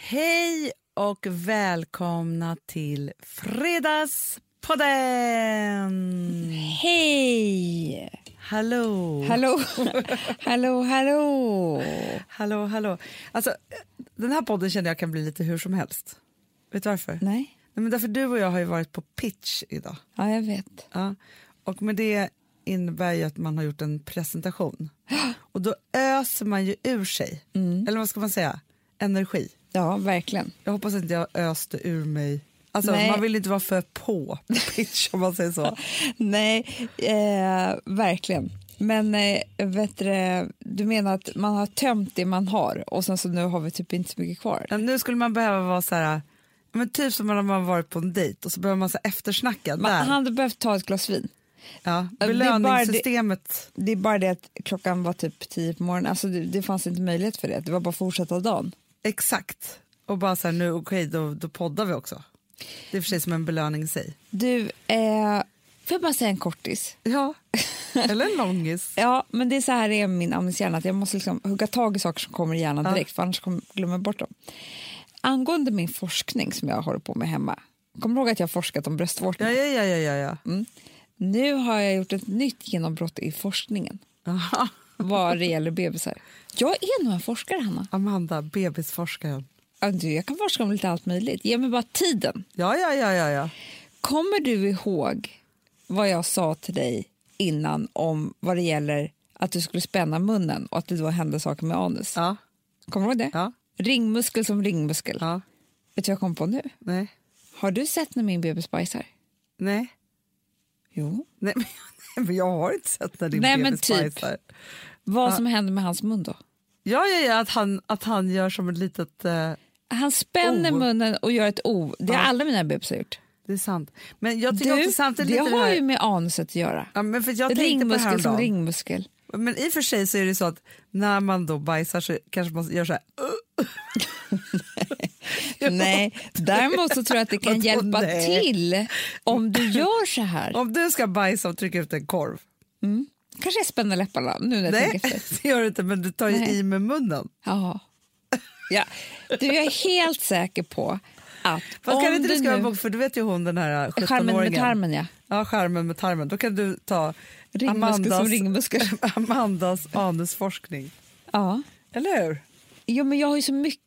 Hej och välkomna till Fredagspodden! Hej! Hallå! Hallå, hallå, hallå! hallå, hallå. Alltså, den här podden känner jag kan bli lite hur som helst. Vet du varför? Nej, Nej, men därför du och jag har ju varit på pitch idag. ja jag vet. Ja. Och med det innebär ju att man har gjort en presentation. Och då öser man ju ur sig, Mm. eller vad ska man säga, energi. Ja, verkligen. Jag hoppas att jag öste ur mig. Alltså, Nej. man vill inte vara för på pitch om man säger så. Nej, eh, verkligen. Men eh, vet du, du menar att man har tömt det man har och sen så nu har vi typ inte så mycket kvar? Ja, nu skulle man behöva vara så här, ja, men typ som när man har varit på en dejt och så behöver man så här eftersnacka. Man där. hade behövt ta ett glas vin. ja, det är belöningssystemet. Det är bara det att klockan var typ tio på morgonen, alltså det, det fanns inte möjlighet för det. Det var bara att fortsätta dagen. Exakt. Och bara så här, nu okej, då, då poddar vi också. Det är för sig som en belöning i sig. Du, eh, får jag bara säga en kortis? Ja, eller en långis. Ja, men det är så här det är med min amnestihjärna, att jag måste liksom hugga tag i saker som kommer i hjärnan Ja. direkt, för annars kommer, glömmer jag bort dem. Angående min forskning som jag håller på med hemma, kommer du ihåg att jag har forskat om bröstvårtor? Ja, ja, ja, ja, ja. ja. Nu har jag gjort ett nytt genombrott i forskningen Mm. Aha. vad det gäller bebisar. Jag är nog en forskare, Hanna. Amanda, bebisforskaren. Ja, Du, jag kan forska om lite allt möjligt. Ge mig bara tiden. Ja, ja, ja, ja, ja. Kommer du ihåg vad jag sa till dig innan om vad det gäller att du skulle spänna munnen och att det då hände saker med anus? Ja, Kommer du ihåg det? ja, Ringmuskel som ringmuskel. ja. Vet du vad jag kom på nu? Nej, Har du sett när min bebis bajsar? nej. Jo. Nej men, nej, men jag har inte sett när din Nej, men bebis typ. bajsar. Vad som händer med hans mun då? Ja, ja, ja att, han, att han gör som ett litet... Eh, Han spänner O. munnen och gör ett O. Det har Oh. Ja. alla mina bebisar gjort. det är sant. Men jag tycker Du, också samtidigt det lite det har här... ju med anuset att göra. Ja, men för jag tänkte på det Ringmuskel som häromdagen. ringmuskel. Men i och för sig så är det så att när man då bajsar så kanske man gör så här... Nej, däremot så tror jag att det kan Vadå, hjälpa nej? till om du gör så här. Om du ska bajsa och trycka ut en korv. Kanske jag spänner läpparna nu när jag Nej, tänker efter. det gör du inte, men du tar ju Nej. i med munnen. Jaha. Ja. Du, jag är helt säker på att Fast kan om inte du du skriva en nu... bok, för du vet ju hon den här 17-åringen. Skärmen med tarmen, ja. Ja, skärmen med tarmen. Då kan du ta Ringmuskel som Amandas, ringmuskel. Amandas anusforskning. Ja. Eller hur? Jo, men jag har ju så mycket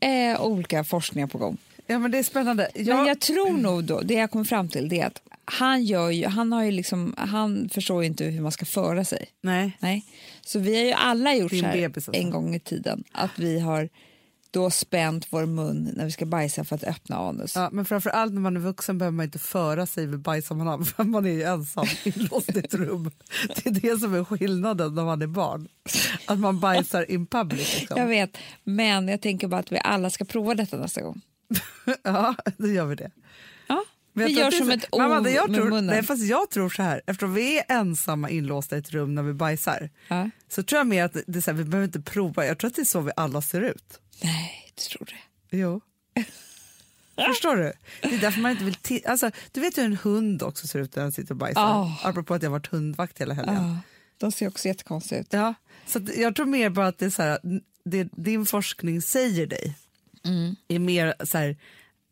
eh, olika forskningar på gång. Ja, men det är spännande. Jag, Men jag tror nog då, det jag kom fram till det är att han, gör ju, han, har ju liksom, han förstår ju inte hur man ska föra sig. Nej. Nej. Så vi har ju alla gjort Din så här bebis alltså. en gång i tiden. Att vi har då spänt vår mun när vi ska bajsa för att öppna anus. Ja, men framförallt när man är vuxen behöver man inte föra sig vid bajs om man har, för man är ju ensam inlåst i ett rum. Det är det som är skillnaden när man är barn. Att man bajsar in public. Jag Liksom. vet, men jag tänker bara att vi alla ska prova detta nästa gång. Ja, då gör vi det. Ja, Men jag vi tror gör att det är som så- ett O Mamma, det jag med tror, munnen. Nej, fast jag tror så här, eftersom vi är ensamma inlåsta i ett rum när vi bajsar Ja. så tror jag mer att det är så här, vi behöver inte prova. Jag tror att det är så vi alla ser ut. nej, du tror det. Jo. Förstår du? Det är därför man inte vill ti- alltså, Du vet hur en hund också ser ut när den sitter och bajsar? Ah. Apropå att jag varit hundvakt hela helgen. Ja, de ser också jättekonstiga ut. Ja, så att jag tror mer bara att det är så här, det din forskning säger dig Mm. är mer så här,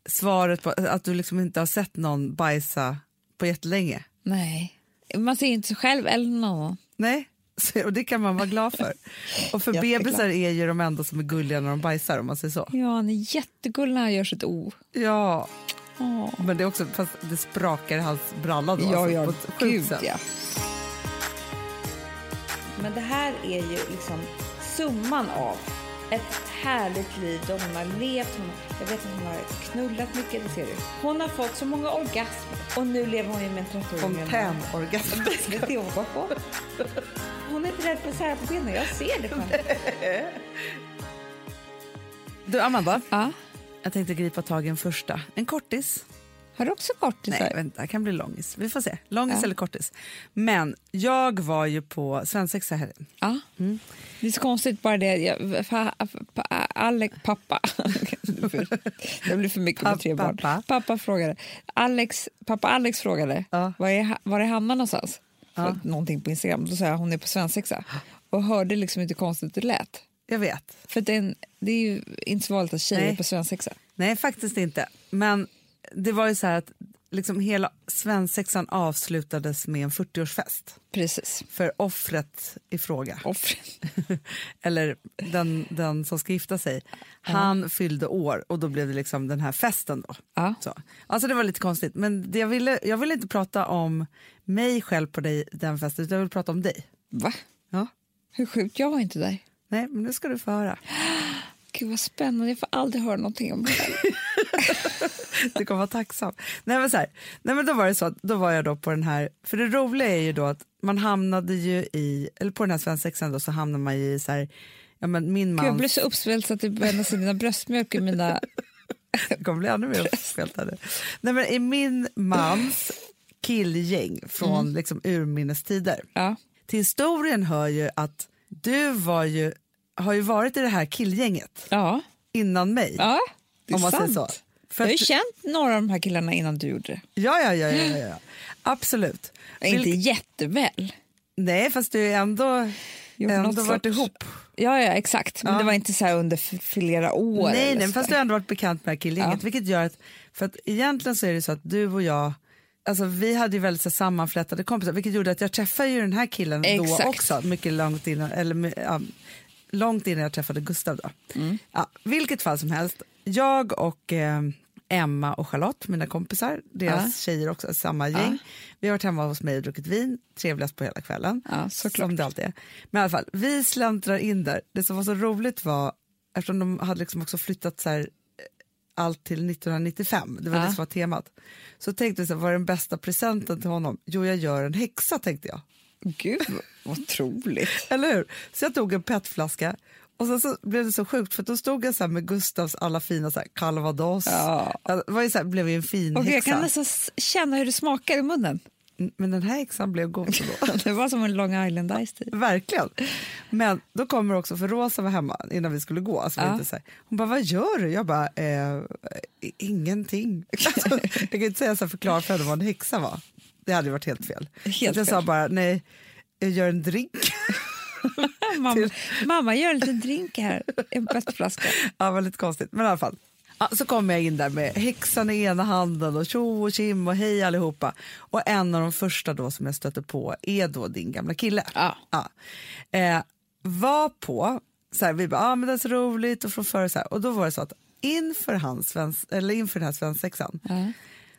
svaret på att du liksom inte har sett någon bajsa på jättelänge. Nej, man ser inte sig själv eller någon. Nej, så, och det kan man vara glad för. Och för Jätteglad. bebisar är ju de enda som är gulliga när de bajsar om man säger så. Ja, han är jättegullig när han gör sitt O. Ja, Åh. men det är också, fast det sprakar i hans bralla då. Ja, alltså, ja, på ett sjukt gud sätt. ja. Men det här är ju liksom summan av ett härligt liv där hon har levt, hon, jag vet att hon har knullat mycket, det ser du. Hon har fått så många orgasmer och nu lever hon ju med en 13-åring. Fontänorgasm. Det är det hon går på. Hon är inte rädd för att sära på benen, jag ser det på henne. Du Amanda, Ja. jag tänkte gripa tag i en första. En kortis. Har du också kortisar? Nej, vänta, det kan bli långis. Vi får se. Långis eller kortis. Men jag var ju på svensexa här. Ja. Mm. Det är så konstigt bara det. Jag, fa, pa, Alex pappa. Det blir- det blir för mycket med tre barn. Pappa. Pappa frågade. Alex, pappa Alex frågade Ja. var, är, Ha- var är Hanna någonstans? För Någonting på Instagram. Då sa jag hon är på svensexa. Och hörde liksom inte konstigt det lät. jag vet. För det är, en, det är ju inte så vanligt att tjejer Nej. på svensexa. Nej, faktiskt inte. Men det var ju så här att liksom hela svensexan avslutades med en 40-årsfest Precis. för offret i fråga. Offren. Eller den, den som ska gifta sig. Han fyllde år och då blev det liksom den här festen då. Ja. Så. Alltså det var lite konstigt. Men det jag ville, jag ville inte prata om mig själv på dig, den festen, utan jag vill prata om dig. Va? Ja. Hur sjukt, jag var inte där. Nej, men nu ska du få höra. Gud vad spännande, jag får aldrig höra någonting om det här. Du kommer vara tacksam. Nej men, så här. Nej, men då var det så att då var jag då på den här, för det roliga är ju då att man hamnade ju i, eller på den här svensexan då så hamnar man ju i så här, ja men min Gud, Jag man blir så uppsvälld så att det börjar nästan dina bröstmjölk i mina... Det kommer bli ännu mer uppspelt här nu. Nej, men I min mans killgäng från Mm. liksom, urminnes tider. Ja. Till historien hör ju att du var ju, har ju varit i det här killgänget Ja. innan mig. ja, det är om man sant. säger så. För Jag har ju att- känt några av de här killarna innan du gjorde det. ja, ja, ja, ja, ja, ja. Absolut. Inte Vilk- jätteväl. nej, fast du har ju ändå, Jo, ändå något varit sorts- ihop. Ja, ja, exakt. Men det var inte så här under f- flera år. Nej, eller nej så fast du där. har ändå varit bekant med det här killgänget. Ja. Vilket gör att, för att egentligen så är det så att du och jag, alltså vi hade ju väldigt så sammanflätade kompisar vilket gjorde att jag träffade ju den här killen Exakt. då också. Mycket långt innan, eller my- ja, långt innan jag träffade Gustav då. Mm. Ja, vilket fall som helst, jag och eh, Emma och Charlotte, mina kompisar, deras Ja. tjejer också, samma gäng. Vi har varit hemma hos mig och druckit vin, trevligast på hela kvällen. Ja, såklart. Som det alltid är. Men i alla fall, vi släntrar in där. Det som var så roligt var, eftersom de hade liksom också flyttat så här, eh, allt till 1995, det var Ja. det som var temat, så tänkte vi så här, vad är den bästa presenten till honom? Jo, jag gör en häxa tänkte jag. Gud, vad otroligt. Eller hur? Så jag tog en petflaska och sen så blev det så sjukt för då stod jag så här med Gustavs alla fina så här, calvados. Ja. Det var ju så här, blev ju en fin Och jag häxa. kan nästan s- känna hur det smakar i munnen. Mm, Men den här häxan blev god ändå. Det var som en Long Island Ice typ. Tea. Verkligen. Men då kommer också, för Rosa var hemma innan vi skulle gå. Alltså vi Ja. inte så här, hon bara, vad gör du? Jag bara, eh, ingenting. Alltså, jag kan inte säga så här, förklara för henne vad en häxa var. Det hade ju varit helt fel. Helt jag sa fel. bara, nej, jag gör en drink. Mamma, mamma gör en liten drink här, en petflaska. ja, väldigt konstigt. Men i alla fall. Ja, så kommer jag in där med häxan i ena handen och tjo och tjim och hej allihopa. Och en av de första då som jag stötte på är då din gamla kille. Ja. Ja. Eh, var på, så här, vi bara, ah, men det är så roligt och från förr så här. Och då var det så att inför, hans svens, eller inför den här svensexan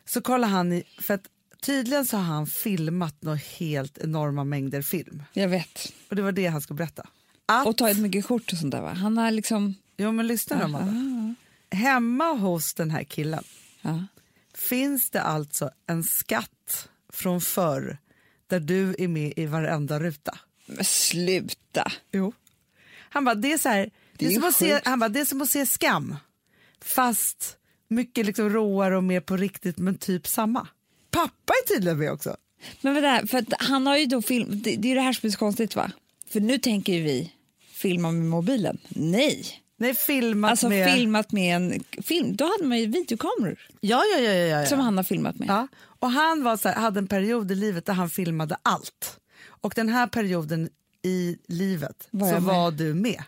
så kollar han, i, för att tydligen så har han filmat några helt enorma mängder film. Jag vet. Och det var det han skulle berätta. Att Och tagit mycket kort och sånt där va? Han har liksom... Jo, men lyssna då, Amanda. Hemma hos den här killen Ja. finns det alltså en skatt från förr där du är med i varenda ruta. Men sluta! Jo. Han bara, det är så här, det är är som att se, sjukt. han bara, det är som att se skam. Fast mycket liksom råare och mer på riktigt, men typ samma. Pappa är tydligen med också. Men vänta, för att han har ju då film... Det, det är ju det här som är så konstigt va? För nu tänker ju vi filma med mobilen. Nej! Nej, filmat Alltså med... filmat med en film. Då hade man ju videokameror Ja, ja, ja, ja, ja, ja. som han har filmat med. Ja, och han var så här, hade en period i livet där han filmade allt. Och den här perioden i livet Var så jag med? var du med.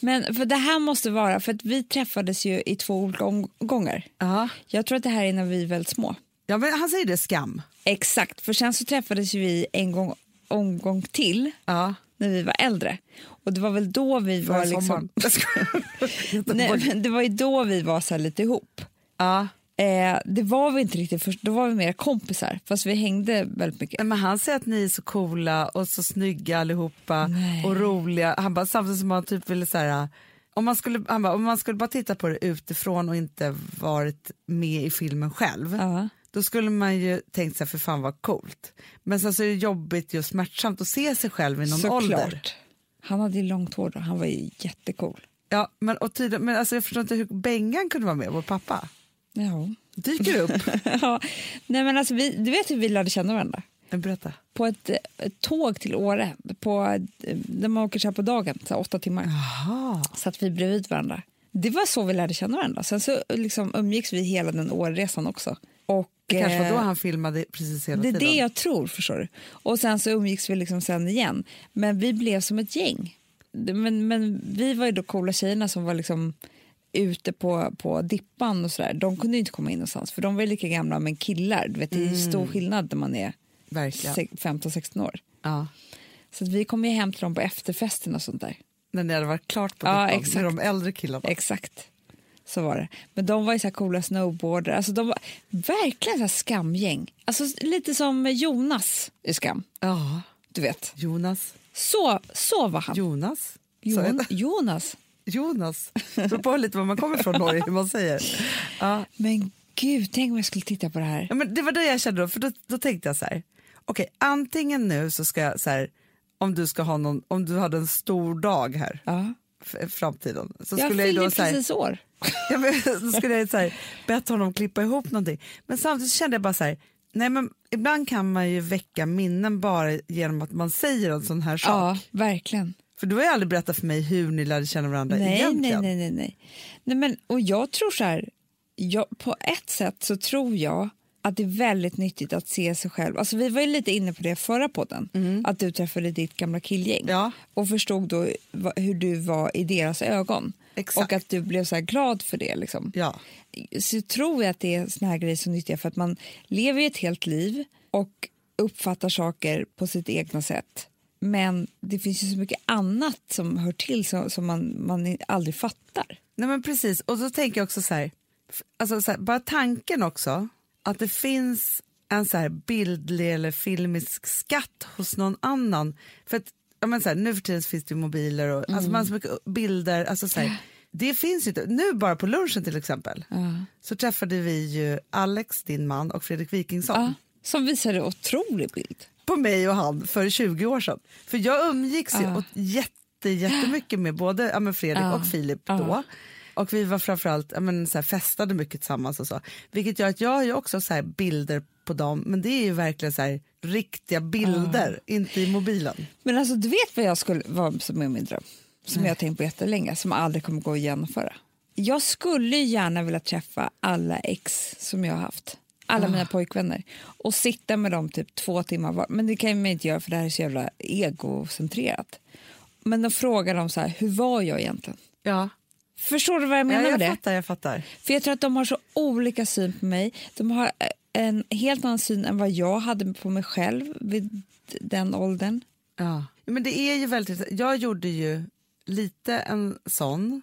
Men för det här måste vara, för att vi träffades ju i två olika omgångar. Ja. Jag tror att det här är när vi är väldigt små. ja, men han säger det, skam. Exakt, för sen så träffades ju vi en gång, omgång till Ja, när vi var äldre. Och det var väl då vi var var liksom... sommaren. Jag skojar. Nej, Göteborg. men det var ju då vi var så här lite ihop. Ja. Eh, det var vi inte riktigt först, då var vi mer kompisar. Fast vi hängde väldigt mycket. Nej, Men han säger att ni är så coola och så snygga allihopa Nej. och roliga. Han bara, samtidigt som han typ ville så här, om man, skulle, han bara, om man skulle bara titta på det utifrån och inte varit med i filmen själv. Ja. Då skulle man ju tänkt sig för fan vad coolt. Men sen så är det jobbigt och smärtsamt att se sig själv i någon ålder. Såklart. Han hade ju långt hår då, han var ju jättecool. Ja, men, och tydligen, men alltså jag förstår inte hur Bengan kunde vara med, vår pappa. Ja. Dyker upp. ja. Nej, men alltså, vi, du vet hur vi lärde känna varandra? Men Berätta. På ett, eh, ett tåg till Åre, på, eh, där man åker så här på dagen, så här åtta timmar. Aha. satt vi bredvid varandra. Det var så vi lärde känna varandra. Sen så liksom umgicks vi hela den årresan också. Och, Det kanske var då eh, han filmade precis hela det är tiden. det jag tror, förstår du. Och sen så umgicks vi liksom sen igen. Men vi blev som ett gäng. det- men, men vi var ju då coola tjejerna som var liksom ute på, på dippan och sådär. De kunde ju inte komma in någonstans för de var ju lika gamla men killar. Du vet, Det Mm. är ju stor skillnad när man är Verkligen. se- 15-16 år. Ja. Så att vi kom ju hem till dem på efterfesten och sånt där. När ni hade varit klart på Ja, dippan med exakt. de äldre killarna. Exakt. Så var det. Men de var ju så här coola snowboardare. Alltså de var verkligen så här skamgäng. Alltså lite som Jonas i Skam. Ja. Du vet. Jonas. Så, så var han. Jonas. Sa jag Jon- det? Jonas. Jonas. Det beror på lite var man kommer ifrån Norge, hur man säger. Ja. Men gud, tänk om jag skulle titta på det här. Ja, men det var det jag kände då, för då, då tänkte jag så här. Okej, antingen nu så ska jag så här, om du ska ha någon, om du hade en stor dag här Ja. f- eh, framtiden. Så Jag skulle jag ju fyller då så här, precis år. ja, men, då skulle jag ju så här, bett honom klippa ihop någonting. Men samtidigt så kände jag bara så här, nej men ibland kan man ju väcka minnen bara genom att man säger en sån här sak. Ja, verkligen. För du har ju aldrig berättat för mig hur ni lärde känna varandra Nej, nej, egentligen. nej, nej, nej. nej men, och jag tror så här, jag, på ett sätt så tror jag att det är väldigt nyttigt att se sig själv. Alltså, vi var ju lite inne på det i förra podden, att du träffade ditt gamla killgäng Mm. Ja. och förstod då va- hur du var i deras ögon Exakt. och att du blev så här glad för det. Liksom. Ja, så tror jag att det är såna här grejer som är nyttiga för att man lever ju ett helt liv och uppfattar saker på sitt egna sätt. Men det finns ju så mycket annat som hör till som, som man, man aldrig fattar. Nej men precis, och så tänker jag också så här, f- alltså så här bara tanken också att det finns en så här bildlig eller filmisk skatt hos någon annan. För att, ja, men så här, nu för tiden så finns det ju mobiler och alltså Mm. man har så mycket bilder. Alltså så här, det finns ju inte. Nu bara på lunchen till exempel så träffade vi ju Alex, din man, och Fredrik Wikingsson Ja, som visar en otrolig bild. på mig och han för 20 år sedan. För jag umgicks Ah. ju åt jätte, jättemycket med både ja, men Fredrik och Filip då. Ah. Och vi var framförallt, ja, men, så här, festade mycket tillsammans och så. Vilket gör att jag har ju också så här, bilder på dem, men det är ju verkligen så här, riktiga bilder, Ah. inte i mobilen. Men alltså du vet vad jag skulle vara som är min dröm? Som jag har tänkt på jättelänge, som aldrig kommer gå att genomföra. Jag skulle ju gärna vilja träffa alla ex som jag har haft. Alla Ah. mina pojkvänner. Och sitta med dem typ två timmar var. Men det kan man ju inte göra för det här är så jävla egocentrerat. Men då frågar de så här, hur var jag egentligen? Ja, Förstår du vad jag ja menar jag med det? fattar, jag fattar. För jag tror att de har så olika syn på mig. De har eh, en helt annan syn än vad jag hade på mig själv vid den åldern. Ja. Men det är ju väldigt intressant. Jag gjorde ju lite en sån,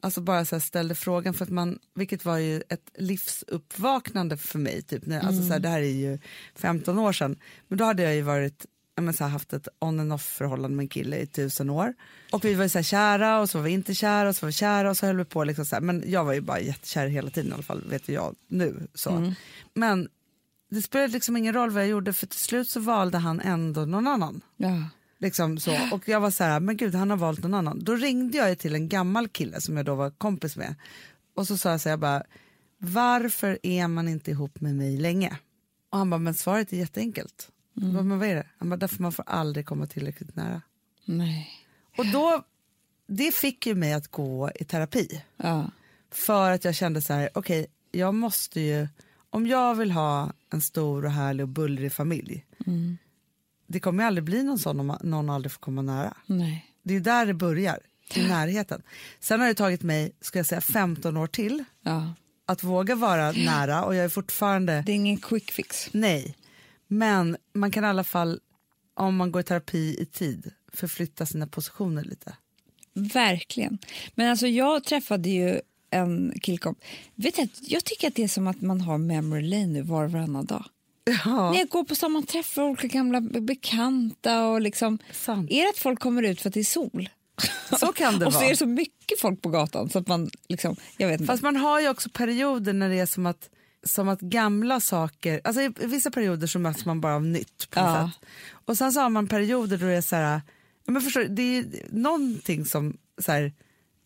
alltså bara så här ställde frågan, för att man, vilket var ju ett livsuppvaknande för mig. Typ. När, alltså så här, det här är ju 15 år sedan, men då hade jag ju varit ja, men så här, haft ett on and off förhållande med en kille i tusen år. Och vi var ju så här kära och så var vi inte kära och så var vi kära och så höll vi på liksom så här. Men jag var ju bara jättekär hela tiden i alla fall, vet ju jag nu. Så. Men det spelade liksom ingen roll vad jag gjorde för till slut så valde han ändå någon annan. Ja. Liksom så. Och jag var så här, men gud han har valt någon annan. Då ringde jag ju till en gammal kille som jag då var kompis med. Och så sa jag så här, jag bara, varför är man inte ihop med mig länge? Och han bara, men svaret är jätteenkelt. Jag Bara, men vad är det? Han bara, därför man får aldrig komma tillräckligt nära. Nej. Och då, det fick ju mig att gå i terapi. Ja. För att jag kände så här, okej, jag måste ju, om jag vill ha en stor och härlig och bullrig familj, det kommer ju aldrig bli någon sån om man- någon aldrig får komma nära. Nej. Det är ju där det börjar, i närheten. Sen har det tagit mig, ska jag säga, 15 år till Ja. att våga vara nära och jag är fortfarande Det är ingen quick fix. nej. Men man kan i alla fall, om man går i terapi i tid, förflytta sina positioner lite. Verkligen. Men alltså jag träffade ju en killkomp. Vet du, jag tycker att det är som att man har memory lane nu var och varannan dag. Ja, När jag går på stan man träffar olika gamla be- bekanta och liksom. sant. Är det att folk kommer ut för att det är sol? Så kan det och så vara. är det så mycket folk på gatan så att man liksom, jag vet inte. Fast man har ju också perioder när det är som att, som att gamla saker, alltså i i vissa perioder så möts man bara av nytt på något Ja. sätt. Och sen så har man perioder då det är så här, ja, men förstår, du, det är ju någonting som så här,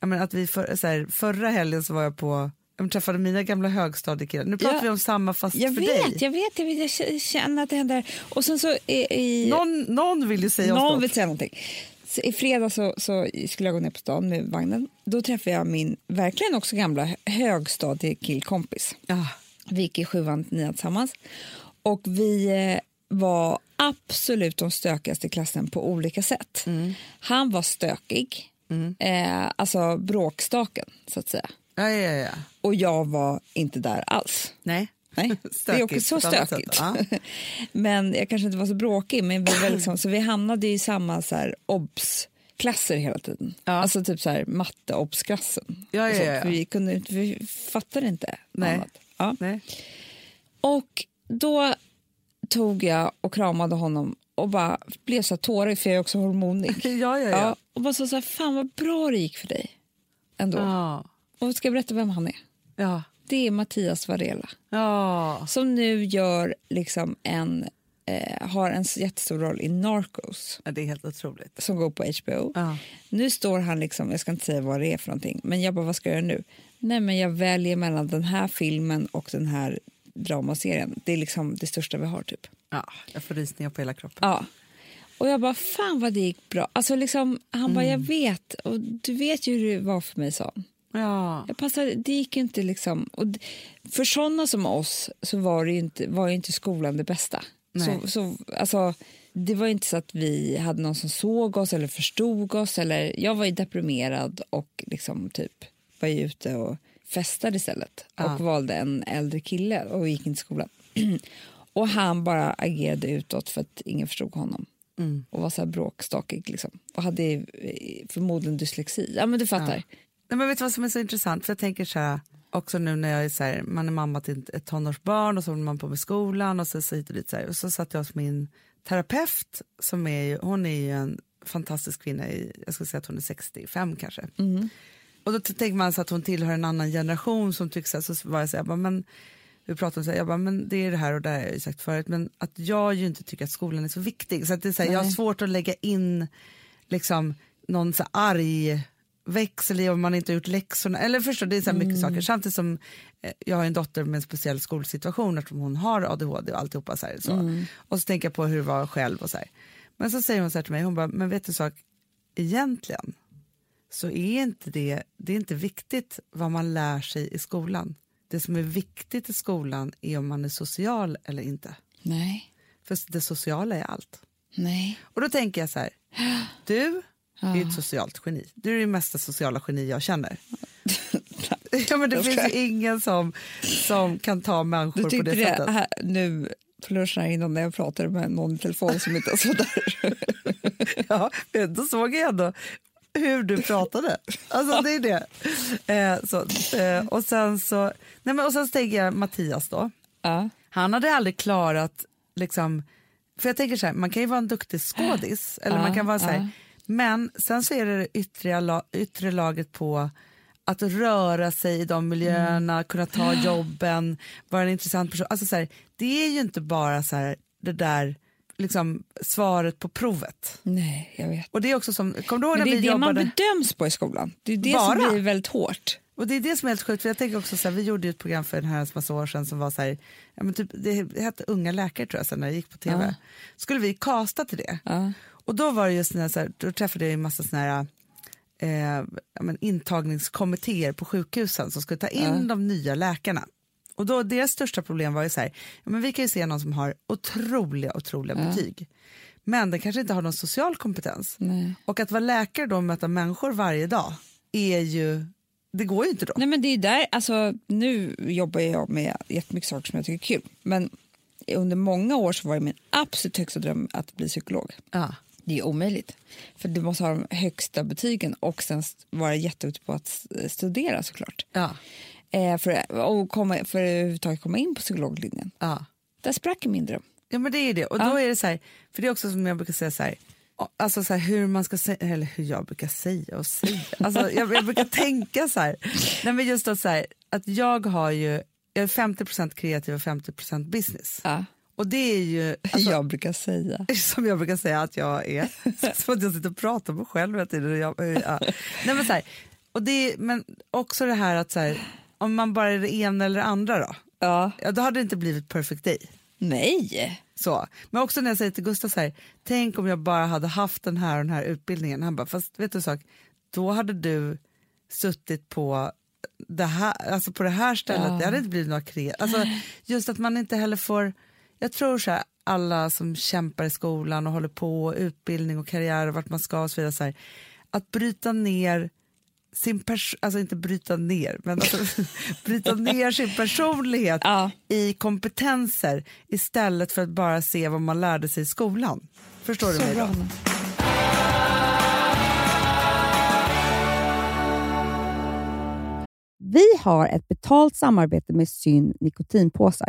ja, men att vi för, så här, förra helgen så var jag på, jag träffade mina gamla högstadiekillar, nu pratar Ja. vi om samma fast jag, för vet, dig. jag vet, jag vet, jag k- känner att det händer. Och sen så i, i, Någon, någon vill ju säga oss Någon något. vill säga någonting. Så I fredag så, så skulle jag gå ner på stan med vagnen. Då träffade jag min verkligen också gamla hö- högstadiekillkompis. Ja. Vi gick i sjuan, nian tillsammans. Och vi eh, var absolut de stökigaste i klassen på olika sätt. Han var stökig, eh, alltså bråkstaken så att säga. Ja, ja, ja. Och jag var inte där alls. Nej. Nej, det är också Stökigt så på ett annat stökigt. sätt, men jag kanske inte var så bråkig, men vi var liksom, så vi hamnade i samma så här, obs klasser hela tiden. Ja. Alltså typ så här matte obsklassen. Ja, Och ja, sånt, ja. för Vi, kunde, inte- vi fattade inte Nej. annat. Ja. Nej. Och då tog jag och kramade honom och bara blev så här tårig för jag är också hormonig. Ja, ja, ja. ja. och bara så, så här, fan vad bra det gick för dig ändå. ja. Och ska jag berätta vem han är? ja. Det är Mattias Varela ja. som nu gör liksom en, eh, har en s- jättestor roll i Narcos Ja, Det är helt otroligt. som går på HBO. Ja. Nu står han liksom, jag ska inte säga vad det är för någonting, men jag bara vad ska jag göra nu? Nej men jag väljer mellan den här filmen och den här dramaserien. Det är liksom det största vi har typ. Ja, jag får rysningar på hela kroppen. Ja. Och jag bara fan vad det gick bra. Alltså liksom, han bara jag vet och du vet ju hur det var för mig sa han. Ja. Jag passade, det gick ju inte liksom. Och d- för sådana som oss så var, det ju inte, var ju inte skolan det bästa. Nej. Så, så, alltså, det var ju inte så att vi hade någon som såg oss eller förstod oss. Eller, jag var ju deprimerad och liksom typ var ju ute och festade istället. Och valde en äldre kille och gick inte i skolan. och han bara agerade utåt för att ingen förstod honom. Och var så här bråkstakig liksom. Och hade eh, förmodligen dyslexi. Ja men du fattar. Nej, men vet du vad som är så intressant? För jag tänker så här, också nu när jag är så här, man är mamma till ett- ett tonårsbarn och så håller man på med skolan och så, så hit och dit så här. Och så satt jag hos min terapeut som är ju, hon är ju en fantastisk kvinna i, jag skulle säga att hon är 65 kanske. Och då t- tänker man så att hon tillhör en annan generation som tycker så här, så var jag så här, jag bara, men vi pratade om så här, jag bara, men det är det här och det här har jag ju sagt förut, men att jag ju inte tycker att skolan är så viktig. Så att det är så här, jag har svårt att lägga in liksom någon så här arg växel i om man inte har gjort läxorna. Eller förstår, det är så här mycket saker. Samtidigt som eh, jag har en dotter med en speciell skolsituation eftersom hon har ADHD och alltihopa. Så här, så. Och så tänker jag på hur det var själv och så här. Men så säger hon så här till mig, hon bara, men vet du en sak, egentligen så är inte det, det är inte viktigt vad man lär sig i skolan. Det som är viktigt i skolan är om man är social eller inte. Nej. För det sociala är allt. Nej. Och då tänker jag så här, du är ju ett socialt geni. Du är det mesta sociala geni jag känner. ja, men det finns ju ingen som, som kan ta människor Du på tyckte det det, sättet. här, nu på lunchen här innan när jag pratade med någon i telefon som inte ens var där. Ja, men då såg jag ändå hur du pratade. Alltså det är det. Eh, så, eh, och, sen så, nej men, och sen så tänker jag Mattias då. Ja. Han hade aldrig klarat, liksom, för jag tänker så här, man kan ju vara en duktig skådis, eller man kan vara så här, men sen så är det det yttre, la, yttre laget på att röra sig i de miljöerna, Mm. kunna ta jobben, vara en intressant person. Alltså så här, det är ju inte bara så här, det där liksom, svaret på provet. Nej, jag vet. Och det är också som, kom du ihåg när Men det är vi det man jobbade? bedöms på i skolan. Det är det Bara? som blir väldigt hårt. Och det är det som är helt sjukt, för jag tänker också så här, vi gjorde ju ett program för en herrans massa år sedan som var så här, ja, men typ, det hette Unga läkare tror jag sen när det gick på tv. Skulle vi kasta till det? Och då var det ju såna här, så här, då träffade jag ju en massa såna här eh, ja, men intagningskommittéer på sjukhusen som skulle ta in de nya läkarna. Och då, deras största problem var ju så här, ja, men vi kan ju se någon som har otroliga, otroliga betyg. Men den kanske inte har någon social kompetens. Och att vara läkare då och möta människor varje dag är ju, det går ju inte då. Nej, men det är där, alltså, nu jobbar jag med jättemycket saker som jag tycker är kul. Men under många år så var det min absolut högsta dröm att bli psykolog. Ja. Det är omöjligt. För du måste ha de högsta betygen och sen st- vara jätteduktig på att s- studera såklart. Ja. Eh, för, och komma, för att överhuvudtaget komma in på psykologlinjen. Ja. Där sprack min dröm. ja, men det är det. Och då är det så här, för det är också som jag brukar säga så här, o- alltså så här hur man ska säga, eller hur jag brukar säga och säga. Alltså jag, jag brukar tänka så här. Nej men just att så här, att jag har ju, jag är 50% kreativ och 50% business. Ja. Och det är ju, alltså, jag brukar säga. som jag brukar säga att jag är. Som att jag sitter och pratar med mig själv hela tiden. Och jag, hur- ja. Nej, men, så här, och det, är- men också det här att så här, om man bara är det ena eller det andra då, Ja. ja, då hade det inte blivit perfect day. Nej! Så. Men också när jag säger till Gustav så här, tänk om jag bara hade haft den här och den här utbildningen. Han bara, fast vet du en sak, då hade du suttit på det här, alltså på det här stället, det hade inte blivit några kreativa. Alltså, just att man inte heller får, jag tror så här, alla som kämpar i skolan och håller på, utbildning och karriär och vart man ska och så vidare. Så här, att bryta ner sin person, alltså inte bryta ner, men alltså, bryta ner sin personlighet Ja. i kompetenser istället för att bara se vad man lärde sig i skolan. Förstår du mig? Så bra. Då? Hanna. Vi har ett betalt samarbete med Syn nikotinpåsar.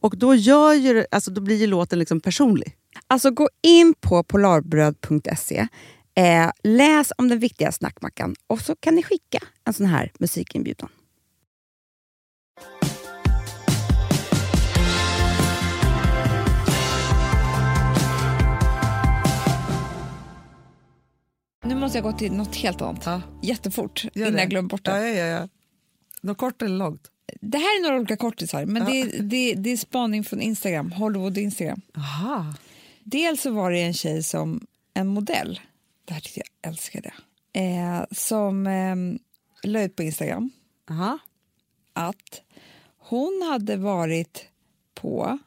Och då, gör ju, det- alltså, då blir ju låten liksom personlig. Alltså gå in på polarbröd.se, eh, läs om den viktiga snackmackan och så kan ni skicka en sån här musikinbjudan. måste jag gå till något helt annat. Jättefort, Gör innan det. jag glömmer bort det. Ja, ja, ja, ja. Något kort eller långt? Det här är några olika kortisar, men det, det, det är spaning från Instagram, Hollywood och Instagram. Aha. Dels så var det en tjej som, en modell, det här tyckte jag älskade, eh, som eh, la ut på Instagram Aha. att hon hade varit på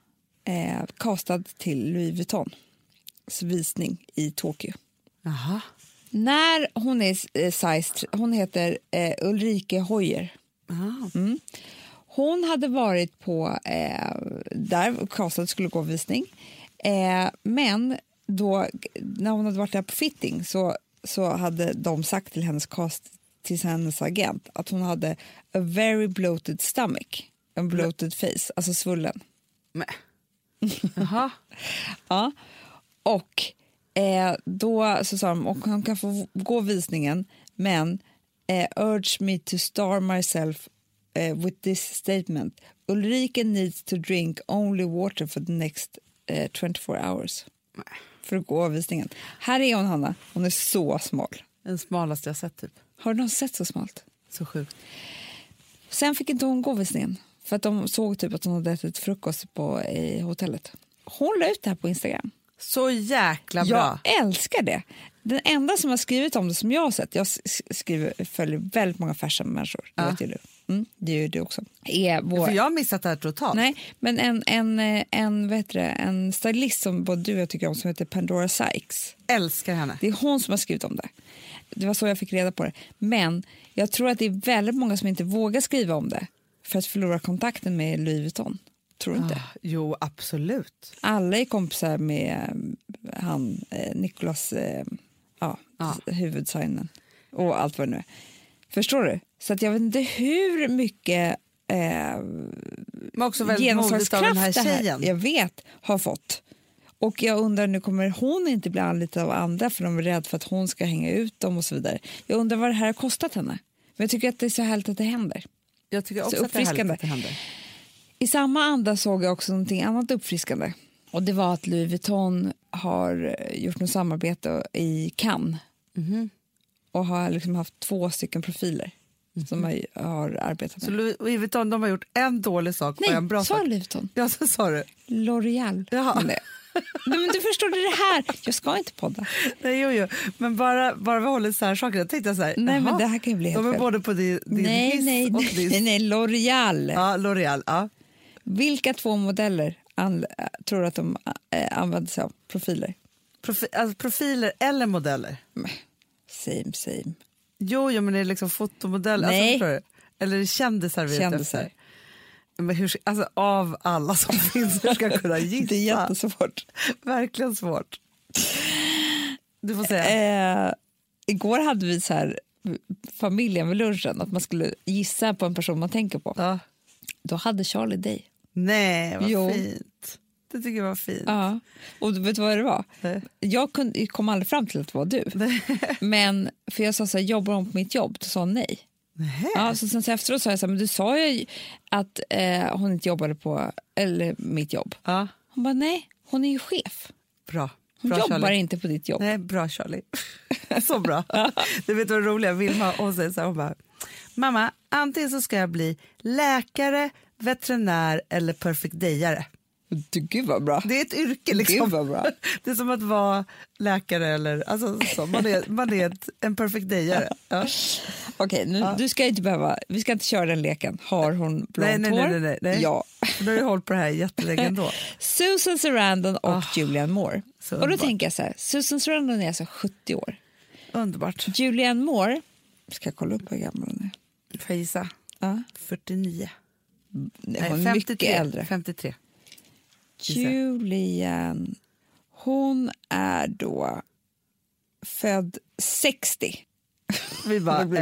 eh, castad till Louis Vuittons visning i Tokyo. Aha. När hon är eh, size, hon heter eh, Ulrike Hoyer. Aha. Hon hade varit på eh, där Karlstad skulle gå visning. Eh, men då, när hon hade varit där på fitting så, så hade de sagt till hennes, cast, till hennes agent att hon hade a very bloated stomach. En bloated face, alltså svullen. Men. Aha. Ja. Och eh, då så sa de att hon kan få gå visningen men eh, urge me to star myself eh, with this statement. Ulrika needs to drink only water for the next eh, 24 hours. För att gå visningen. Här är hon, Hanna. Hon är så smal. Den smalaste jag sett typ. Har du någonsin sett så smalt? Så sjukt. Sen fick inte hon gå visningen. För att de såg typ att hon hade ätit frukost på, i hotellet. Hon la ut det här på Instagram. Så jäkla bra. Jag älskar det. Den enda som har skrivit om det som jag har sett, jag s- skriver, följer väldigt många fashion människor, det vet ju du. Mm, det gör ju du också. Är vår, För jag har missat det här totalt. Nej, men en, en, eh, en, vad heter det, en stylist som både du och jag tycker om som heter Pandora Sykes. Älskar henne. Det är hon som har skrivit om det. Det var så jag fick reda på det. Men jag tror att det är väldigt många som inte vågar skriva om det för att förlora kontakten med Louis Vuitton. Tror du inte? Ah. Jo, absolut. alla är kompisar med eh, han, eh, Nicolas eh, ja, Ja. s- huvudsignen och allt vad det nu är. Förstår du? Så att jag vet inte hur mycket eh, Men också väldigt modigt av genomslagskraft den här det tjejen. här, jag vet, har fått. Och jag undrar, nu kommer hon inte bli anlitad av andra för de är rädda för att hon ska hänga ut dem och så vidare. Jag undrar vad det här har kostat henne. Men jag tycker att det är så härligt att det händer. Jag tycker också Så att det är härligt uppfriskande. att det händer. I samma anda såg jag också någonting annat uppfriskande. Och Det var att Louis Vuitton har eh, gjort något samarbete i Cannes Mhm. och har liksom haft två stycken profiler som har, har arbetat Mhm. Så med. Louis Vuitton de har gjort en dålig sak och en bra Nej, sa sak. Louis Vuitton? Ja, så sa du. L'Oreal. Jaha. Men det- Nej, men du förstår det är det här. Jag ska inte podda. Nej, jo, jo. Men bara, bara vi håller isär saker. Jag tänkte så här, Nej, men jaha, det här kan ju bli helt De är fel. både på din, din nej, hiss nej, och din... nej, nej, L'Oreal. Ja, L'Oreal. Ja. Vilka två modeller an, äh, tror du att de äh, använder sig av? Profiler? Profi, alltså, profiler eller modeller? Mm, Same, same. Jo, jo men det är liksom fotomodeller. Nej. Alltså, förstår du? Eller är det kändisar vi är ute Kändisar. efter? Men hur, ska- alltså, av alla som finns, hur ska jag kunna gissa? Det är jättesvårt. Verkligen svårt. Du får säga. Eh, igår hade vi så här familjen vid lunchen, att man skulle gissa på en person man tänker på. Ja. Då hade Charlie dig. Nej, vad Jo. fint. Det tycker jag var fint. Ja. Och du vet vad det var? Nej. Jag kunde, kom aldrig fram till att det var du. Men, för jag sa så här, jobbar hon på mitt jobb? Då sa hon nej. Nähä. Ja, så sen så efteråt sa jag så här, men du sa ju att eh, hon inte jobbade på eller mitt jobb. Ja, Hon bara, nej, hon är ju chef. bra. Hon bra jobbar Charlie. inte på ditt jobb. Nej, bra Charlie. så bra. Du vet vad det roliga Vilma hon säger så här, hon bara, mamma, antingen så ska jag bli läkare, veterinär eller perfect dayare. Du, gud vad bra. Det är ett yrke liksom. Gud, vad bra. Det är som att vara läkare eller, alltså så, man är, man är ett, en perfect dayare. Ja. Okej, nu, du ska inte behöva, vi ska inte köra den leken. Har hon blont Nej, nej, nej, hår? nej, nej, nej. Ja. Nu har du hållit på det här jättelänge ändå. Susan Sarandon och Julianne Moore. Ah, så och då underbart. tänker jag så här, Susan Sarandon är alltså 70 år. Underbart. Julianne Moore, ska jag kolla upp hur gammal hon är? Får jag gissa? Ja. 49. Nej, Nej, hon är 53. mycket äldre. 53. Julianne, hon är då född 60. Vi bara, Det blir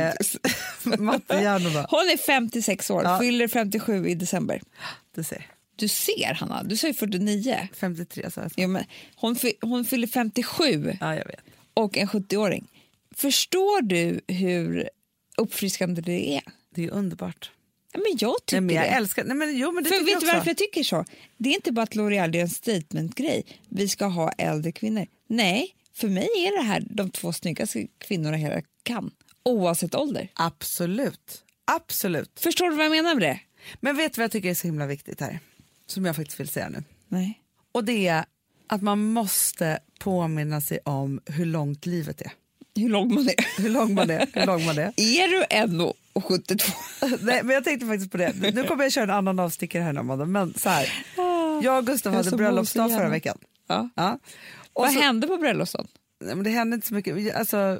eh, mattehjärnor bara, Hon är 56 år, Ja. fyller 57 i december. du ser. Du ser, Hanna, du sa ju 49. 53 sa jag. Ja, men hon, fy- hon fyller 57 Ja, jag vet. och en 70-åring. Förstår du hur uppfriskande det är? Det är ju underbart. Ja, men jag tycker Nej, men jag det. älskar Nej, men, jo, men det. För tycker vet jag du också. varför jag tycker så? Det är inte bara att L'Oreal gör en statement-grej. Vi ska ha äldre kvinnor. Nej, För mig är det här de två snyggaste kvinnorna hela kan, oavsett ålder. Absolut. Absolut. Förstår du vad jag menar med det? Men vet du vad jag tycker är så himla viktigt här? Som jag faktiskt vill säga nu. Nej. Och det är att man måste påminna sig om hur långt livet är. Hur lång man är. Hur lång man är. Hur lång man är. Är du NO och 72? Nej, men jag tänkte faktiskt på det. Nu kommer jag köra en annan avstickare här nu, Amanda. Men så här. Jag och Gustav Ah, Jag är hade så bröllopsdag mosig förra gärna. veckan. Ja. Ja. Och Vad så, hände på bröllopsdagen? nej, men det hände inte så mycket. Alltså,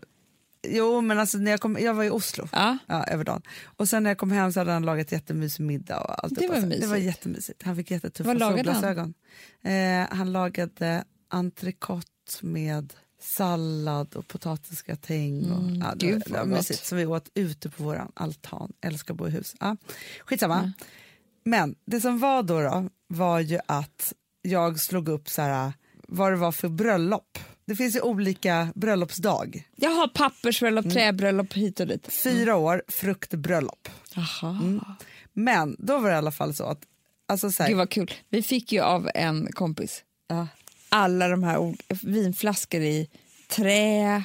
jo, men alltså, när jag, kom, jag var i Oslo Ja. ja, över dagen. Och sen när jag kom hem så hade han lagat jättemysig middag. Och allt Det var det var mysigt. jättemysigt. Han fick jättetuffa Vad lagade han? solglasögon. Han? Eh, han lagade entrecote med sallad och potatisgratäng. Och, Mm, ja, det gud, var, det vad var gott. mysigt. Som vi åt ute på vår altan. Älskar att bo i hus. Ja. Skitsamma. Mm. Men det som var då, då var ju att jag slog upp så här, vad det var för bröllop. Det finns ju olika bröllopsdag. Jag har pappersbröllop, Mm. träbröllop hit och dit. Fyra år, fruktbröllop. Aha. Mm. Men då var det i alla fall så att... Alltså så Gud här, vad kul. Vi fick ju av en kompis ja. alla de här ol- vinflaskor i trä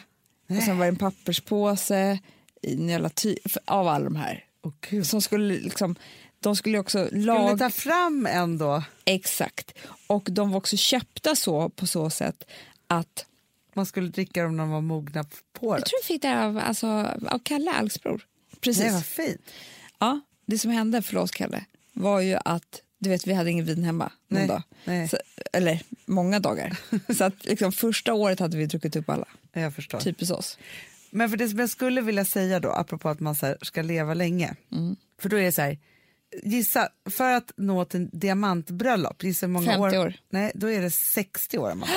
och sen var det en papperspåse i en jävla ty- f- av alla de här. Åh, gud. Som skulle liksom, de skulle också Skulle ni laga... ta fram en då? Exakt. Och de var också köpta så på så sätt att... Man skulle dricka dem när de var mogna på det. Jag tror vi fick det här av, alltså, av Kalle, Alex bror. Precis. Nej, vad fint. Ja, det som hände för oss, Kalle, var ju att du vet, vi hade ingen vin hemma någon Nej, dag. nej. Så, eller många dagar. Så att liksom, första året hade vi druckit upp alla. Ja, Jag förstår. Typiskt oss. Men för det som jag skulle vilja säga då, apropå att man så här, ska leva länge. Mm. För då är det så här, gissa, för att nå till diamantbröllop, gissa hur många 50 år? år. Nej, då är det 60 år. Amanda.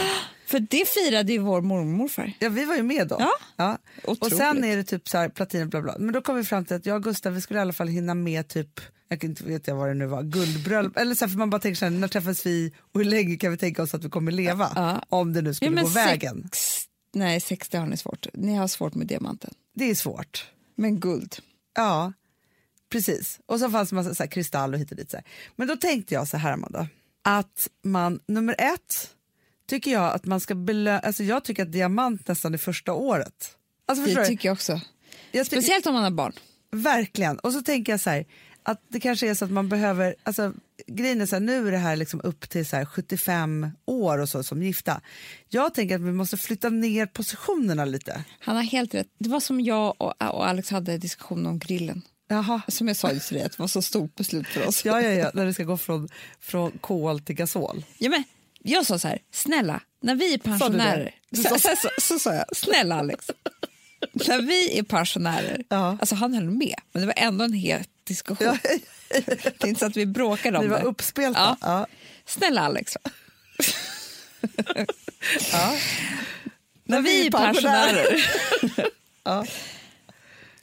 För det firade ju vår mormor och morfar. Ja, vi var ju med då. Ja. Och Otroligt. sen är det typ så här platin bla bla. Men då kom vi fram till att jag och Gustav vi skulle i alla fall hinna med typ, jag kan inte vet jag vad det nu var, guldbröllop. Eller så här, för man bara tänker så här, när träffas vi och hur länge kan vi tänka oss att vi kommer leva? Ja. Om det nu skulle gå vägen. Sex, nej, 60 har ni svårt. Ni har svårt med diamanten. Det är svårt. Men guld. Ja, precis. Och så fanns det massa så här, kristall och hit och dit. Så här. Men då tänkte jag så här, Amanda, att man, nummer ett, tycker jag att man ska belöna, alltså jag tycker att diamant nästan är första året. Alltså förstår Det du? tycker jag också. Jag tycker- Speciellt om man har barn. Verkligen. Och så tänker jag så här, att det kanske är så att man behöver, alltså grejen är så här, nu är det här liksom upp till så här 75 år och så som gifta. Jag tänker att vi måste flytta ner positionerna lite. Han har helt rätt. Det var som jag och, och Alex hade en diskussion om grillen. Jaha. Som jag sa just till dig, att det var så stort beslut för oss. Ja, ja, ja, när det ska gå från, från kol till gasol. Ja, men, jag sa så här, snälla, när vi är pensionärer... Du sa- Så, så, så, så sa jag, snälla Alex. när vi är pensionärer... Ja. Alltså han höll med, men det var ändå en het diskussion. det är inte så att vi bråkade om Vi var det. uppspelta. Ja. Ja. Snälla Alex. När vi är pensionärer... Ja.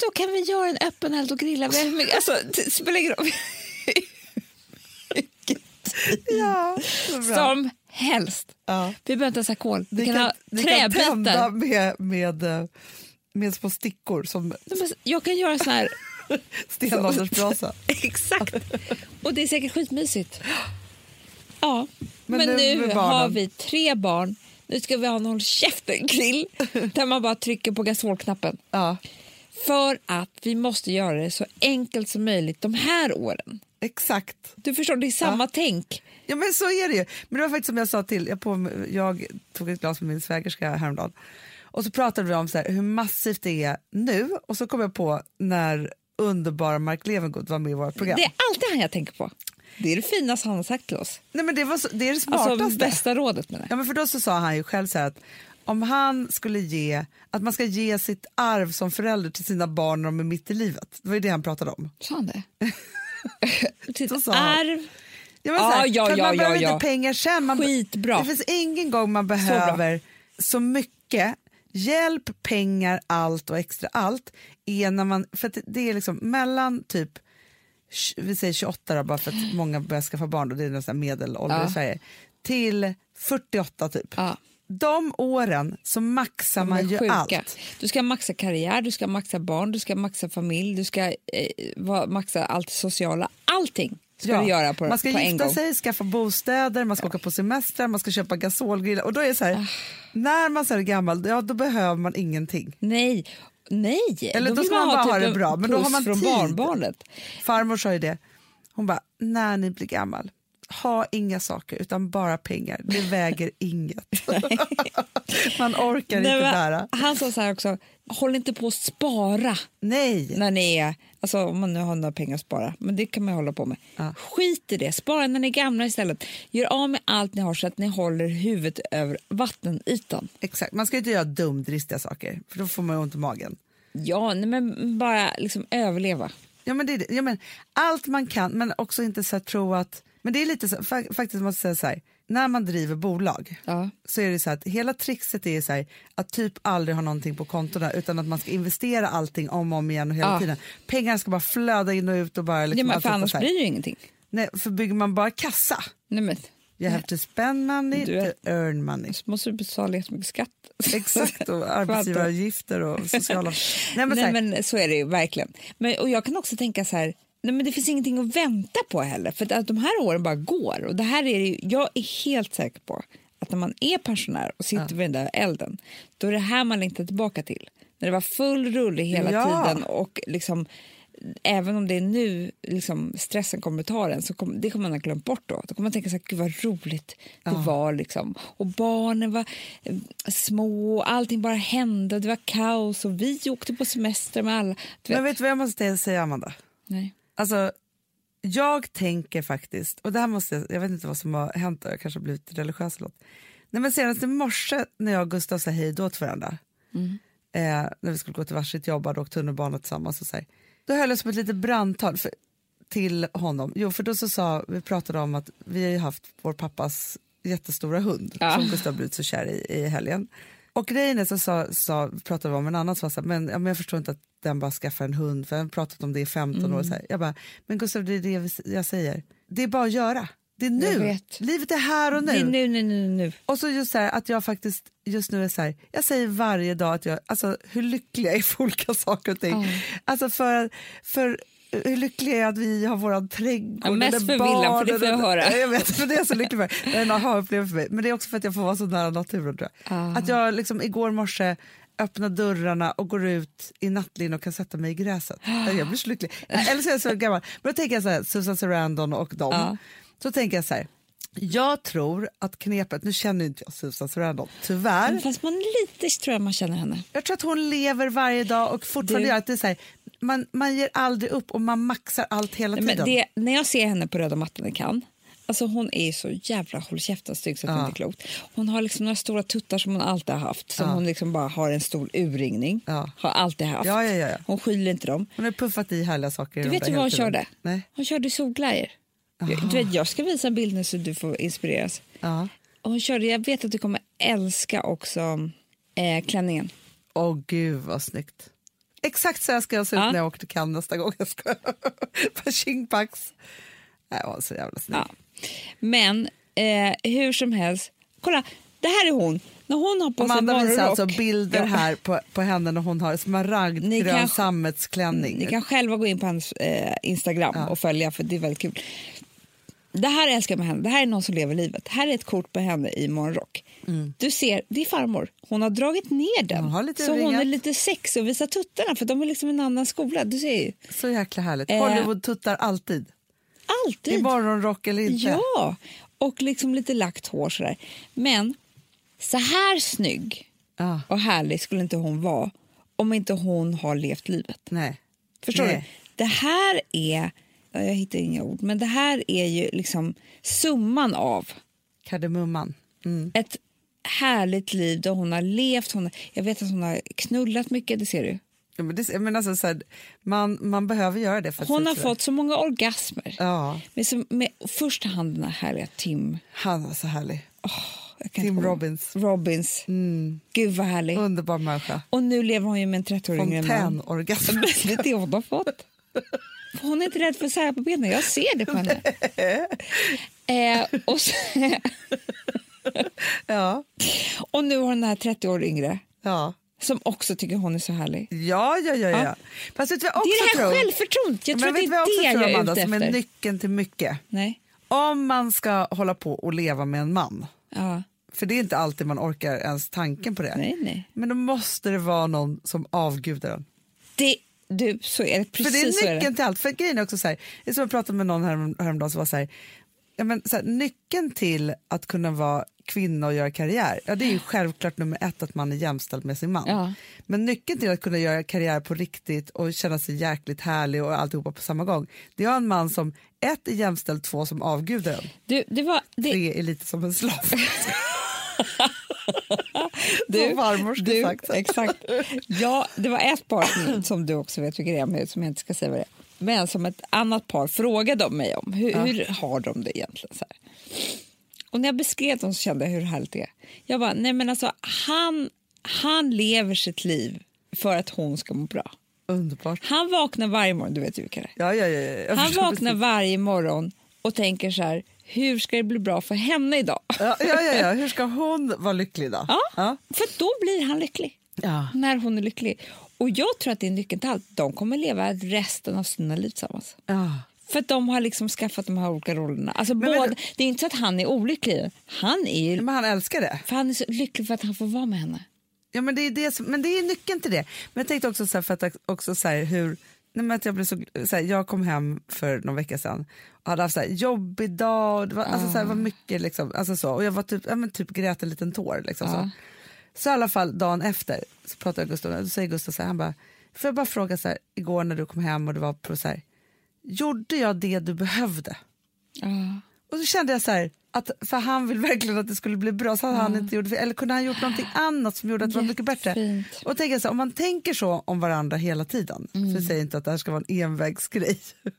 Då kan vi göra en öppen eld och grilla. Vi har hur mycket- Alltså, det spelar ingen roll. Ja, så bra. Som helst. Ja. Vi behöver inte ens ha kol. Vi, Ni kan, ha ni kan tända träbitar. med, med, eh, med små stickor som Jag kan göra sån här... stenåldersbrasa. Exakt. Och det är säkert skitmysigt. Ja, Men men, nu nu, med barnen. har vi tre barn. Nu ska vi ha en håll käften-grill där man bara trycker på gasolknappen. Ja, För att vi måste göra det så enkelt som möjligt de här åren. exakt. Du förstår, det är samma tänk. Ja men så är det ju. Men det var faktiskt som jag sa till, jag, på, jag tog ett glas med min svägerska häromdagen och så pratade vi om så här, hur massivt det är nu och så kom jag på när underbara Mark Levengood var med i vårt program. Det är alltid han jag tänker på. Det är det finaste han har sagt till oss. Nej men det, var så, det är det smartaste. Alltså bästa rådet med det. Ja, men för då så sa han ju själv så här att om han skulle ge, att man ska ge sitt arv som förälder till sina barn när de är mitt i livet. Det var ju det han pratade om. Sa han det? Sitt Så sa han. arv. Jag menar Ja, så här, Ah, ja, för att ja, man ja, behöver ja. inte pengar sen. Man, Skitbra. Det finns ingen gång man behöver så, mycket hjälp, pengar, allt och extra allt. Är när man, för att det är liksom mellan typ tj- vi säger 28 då, bara för att många börjar skaffa barn, då, det är nästan medelålder i Ja. Sverige, till 48 typ. Ja. De åren så maxar De är man ju sjuka. allt. Du ska maxa karriär, du ska maxa barn, du ska maxa familj, du ska eh, va- maxa allt det sociala. Allting. ska du göra på, man ska på en gifta gång. sig, skaffa bostäder, man ska åka på semester, man ska köpa gasolgrillar. Och då är det så Ah. här, när man så här är gammal, ja, då behöver man ingenting. Nej, nej. Eller då vill typ ska man bara ha det en bra, men då har puss man från tid. barnbarnet. Farmor sa ju det, hon bara, när ni blir gammal, ha inga saker utan bara pengar, det väger inget. man orkar Nej, inte men bära. han sa så här också, håll inte på att spara Nej, när ni är, alltså om man nu har några pengar att spara, men det kan man ju hålla på med. Ja. Skit i det, spara när ni är gamla istället. Gör av med allt ni har så att ni håller huvudet över vattenytan. exakt. Man ska ju inte göra dumdristiga saker, för då får man ju ont i magen. Ja, nej, men bara liksom överleva. Ja, men det, är det. ja, men allt man kan, men också inte så här, tro att... Men det är lite så, fa- faktiskt måste jag säga så här, när man driver bolag Ja. så är det så här att hela trixet är så här, att typ aldrig ha någonting på kontona utan att man ska investera allting om och om igen och hela Ja. tiden. Pengarna ska bara flöda in och ut och bara... Ja, Liksom men, för alltihopa annars så här. blir det ju ingenting. Nej, för bygger man bara kassa, Nej, men, you have to spend money Du är- to earn money. så måste du betala jättemycket skatt. Exakt, och arbetsgivaravgifter och sociala... Nej, men, så Nej, här, men så är det ju verkligen. Men, och jag kan också tänka så här, nej, men det finns ingenting att vänta på heller. För att, att de här åren bara går. Och det här är det ju, jag är helt säker på att när man är pensionär och sitter vid den där elden, då är det här man längtar tillbaka till. När det var full rulle hela Ja. tiden och liksom Även om det är nu liksom, stressen kommer ta den, så kom, det kommer man ha glömt bort då. Då kommer man tänka så här, gud vad roligt det var liksom. Och barnen var eh, små och allting bara hände, det var kaos och vi åkte på semester med alla. Du vet. men vet du vad jag måste säga, Amanda? Nej. Alltså, jag tänker faktiskt, och det här måste jag, jag vet inte vad som har hänt, jag kanske har blivit religiös eller något. Nej, men senast i morse när jag och Gustav sa hej då till varandra, eh, när vi skulle gå till varsitt jobb och åkt tunnelbana tillsammans, och så här, då höll jag som ett litet brandtal för, till honom. Jo, för då så sa, vi pratade om att vi har ju haft vår pappas jättestora hund Ja. som Gustav blivit så kär i i helgen. Och grejen är så sa, sa, pratade vi om en annan som var så här, men, ja, men jag förstår inte att den bara skaffar en hund, för jag har pratat om det i 15 Mm. år. Så här. Jag bara, men Gustav det är det vi- jag säger, det är bara att göra. Det är Jag nu, vet. livet är här och nu. Nej, nu, nu, nu, nu. Och så just så här, att jag faktiskt just nu är så här, jag säger varje dag att jag, alltså hur lycklig jag är för olika saker och ting. Alltså för, för hur lycklig jag är att vi har våran trädgård. Ja, mest eller för villan, för det barnen får jag eller- höra. Ja, Jag vet, för det är jag så lycklig för. Det är en aha-upplevelse för mig. Men det är också för att jag får vara så nära naturen tror jag. Att jag liksom igår morse öppnar dörrarna och går ut i nattlin och kan sätta mig i gräset. Jag blir så lycklig. Eller så är jag så gammal. Men då tänker jag så här, Susan Sarandon och dem. Så tänker jag så här, jag tror att knepet, nu känner ju inte jag Susan Sarandon, tyvärr. Fast man lite tror jag man känner henne. Jag tror att hon lever varje dag och fortfarande Du- gör att det är så här, man, man ger aldrig upp och man maxar allt hela Nej, tiden. Men det, när jag ser henne på röda mattan i Cannes, alltså hon är så jävla håll käften-snygg så att det inte är klokt. Hon har liksom några stora tuttar som hon alltid har haft, som hon liksom bara har en stor urringning. Ja. Har alltid haft. Ja, ja, ja, ja. Hon skyller inte dem. Hon har puffat i härliga saker. i Du de vet där ju hela vad hon tiden. körde? Nej. Hon körde solglajjor. Jag, du vet, jag ska visa en bild nu så du får inspireras. Ja. Hon körde, jag vet att du kommer älska också eh, klänningen. Åh gud vad snyggt. Exakt så här ska jag se ut Ja. när jag åker till Cannes nästa gång. Jag ska på tjingpax. Nej, jag var så jävla snygg. Ja. Men eh, hur som helst, kolla, det här är hon. När hon har på sig Amanda visar morgonrock. alltså bilder Ja. här på, på henne när hon har Ni smaragdgrön kan- sammetsklänning. Ni kan själva gå in på hans eh, Instagram och följa för det är väldigt kul. Det här älskar jag med henne. Det här är någon som lever livet. Här är ett kort på henne i morgonrock. Du ser, det är farmor. Hon har dragit ner den. Mm. Hon har lite så hon urringat. är lite sex och visar tuttarna för de är liksom i en annan skola. Du ser ju. Så jäkla härligt. Eh. Hollywood tuttar alltid. I Alltid. morgonrock eller inte. Ja, och liksom lite lagt hår sådär. Men så här snygg Ja. och härlig skulle inte hon vara om inte hon har levt livet. Nej. Förstår Nej. du? Det här är, ja, jag hittar inga ord, men det här är ju liksom summan av Kardemumman. Mm. ett härligt liv där hon har levt. Hon, jag vet att hon har knullat mycket, det ser du. Ja, men det, men alltså, så här, man, man behöver göra det. För att Hon har fortsätta. fått så många orgasmer. Ja, Med, så, med första hand den här härliga Tim. han var så härlig. jag kan inte Tim komma- Robbins. Mm, Robbins. Gud vad härlig. Underbar människa. Och nu lever hon ju med en 30-åring. Fontänorgasm. Det är det hon har fått. För Hon är inte rädd för att sära på benen. Jag ser det på henne. eh, och, så, ja, och nu har hon den här 30 år yngre ja. som också tycker hon är så härlig. Ja, ja, ja. ja. Ja. Fast vet du vad jag Det är också det här tror? självförtroendet. Jag tror Men att det vet du vad jag är också det tror, jag är Amanda, ute som efter. är nyckeln till mycket? Nej. Om man ska hålla på och leva med en man, Ja. för det är inte alltid man orkar ens tanken på det. nej, nej. Men då måste det vara någon som avgudar den. Det, du, så är det. För Precis det så är är det. nyckeln till allt. För grejen är också så här, det är som jag pratade med någon härom, häromdagen som var så här, ja, men, så här, nyckeln till att kunna vara kvinna och göra karriär, ja det är ju självklart nummer ett att man är jämställd med sin man. Ja. Men nyckeln till att kunna göra karriär på riktigt och känna sig jäkligt härlig och alltihopa på samma gång, det är en man som ett är jämställd, två som avgudar en, Du, det var... Det, tre är lite som en slav. du, Som farmors du, sagt. exakt. Ja, det var ett par som, som du också vet vilka det är, men som jag inte ska säga vad det är. Men som ett annat par frågade om mig om. Hur, hur har de det egentligen? Så här? Och när jag beskrev dem så kände jag hur härligt det är. Jag bara, nej men alltså han, han lever sitt liv för att hon ska må bra. Underbart. Han vaknar varje morgon, du vet ju vilka det är. Ja, ja, ja, ja. Jag Han förstår vaknar varje morgon och tänker så här, hur ska det bli bra för henne idag? Ja, ja, ja, ja. Hur ska hon vara lycklig då? Ja, Ja. för då blir han lycklig. Ja. När hon är lycklig. Och jag tror att det är nyckeln till allt. De kommer leva resten av sina liv tillsammans. Ja. För att de har liksom skaffat de här olika rollerna. Alltså Men båda, vet det är inte så att han är olycklig. Han är, ju- Men han älskar det. för han är så lycklig för att han får vara med henne. Ja, men, det är det som, men det är nyckeln till det. Men jag tänkte också så här, för att också så här, hur... Nej, men att jag, blev så, så här, jag kom hem för någon vecka sedan och hade haft så här, jobbig dag. och Det var, alltså, så här, var mycket liksom, alltså så, och jag var typ, ja, men, typ grät en liten tår. Liksom, så. så i alla fall dagen efter så pratade jag med Gustav och då säger Gustav så här, han bara, får jag bara fråga så här, igår när du kom hem och det var på så här, gjorde jag det du behövde? Ja. Och så kände jag så här, att, för han vill verkligen att det skulle bli bra, så hade Mm. han inte gjort, eller kunde han gjort någonting annat som gjorde att det var mycket bättre? Jättefint. Mm. Och tänker så här, om man tänker så om varandra hela tiden, för jag säger inte att det här ska vara en envägsgrej. Jo.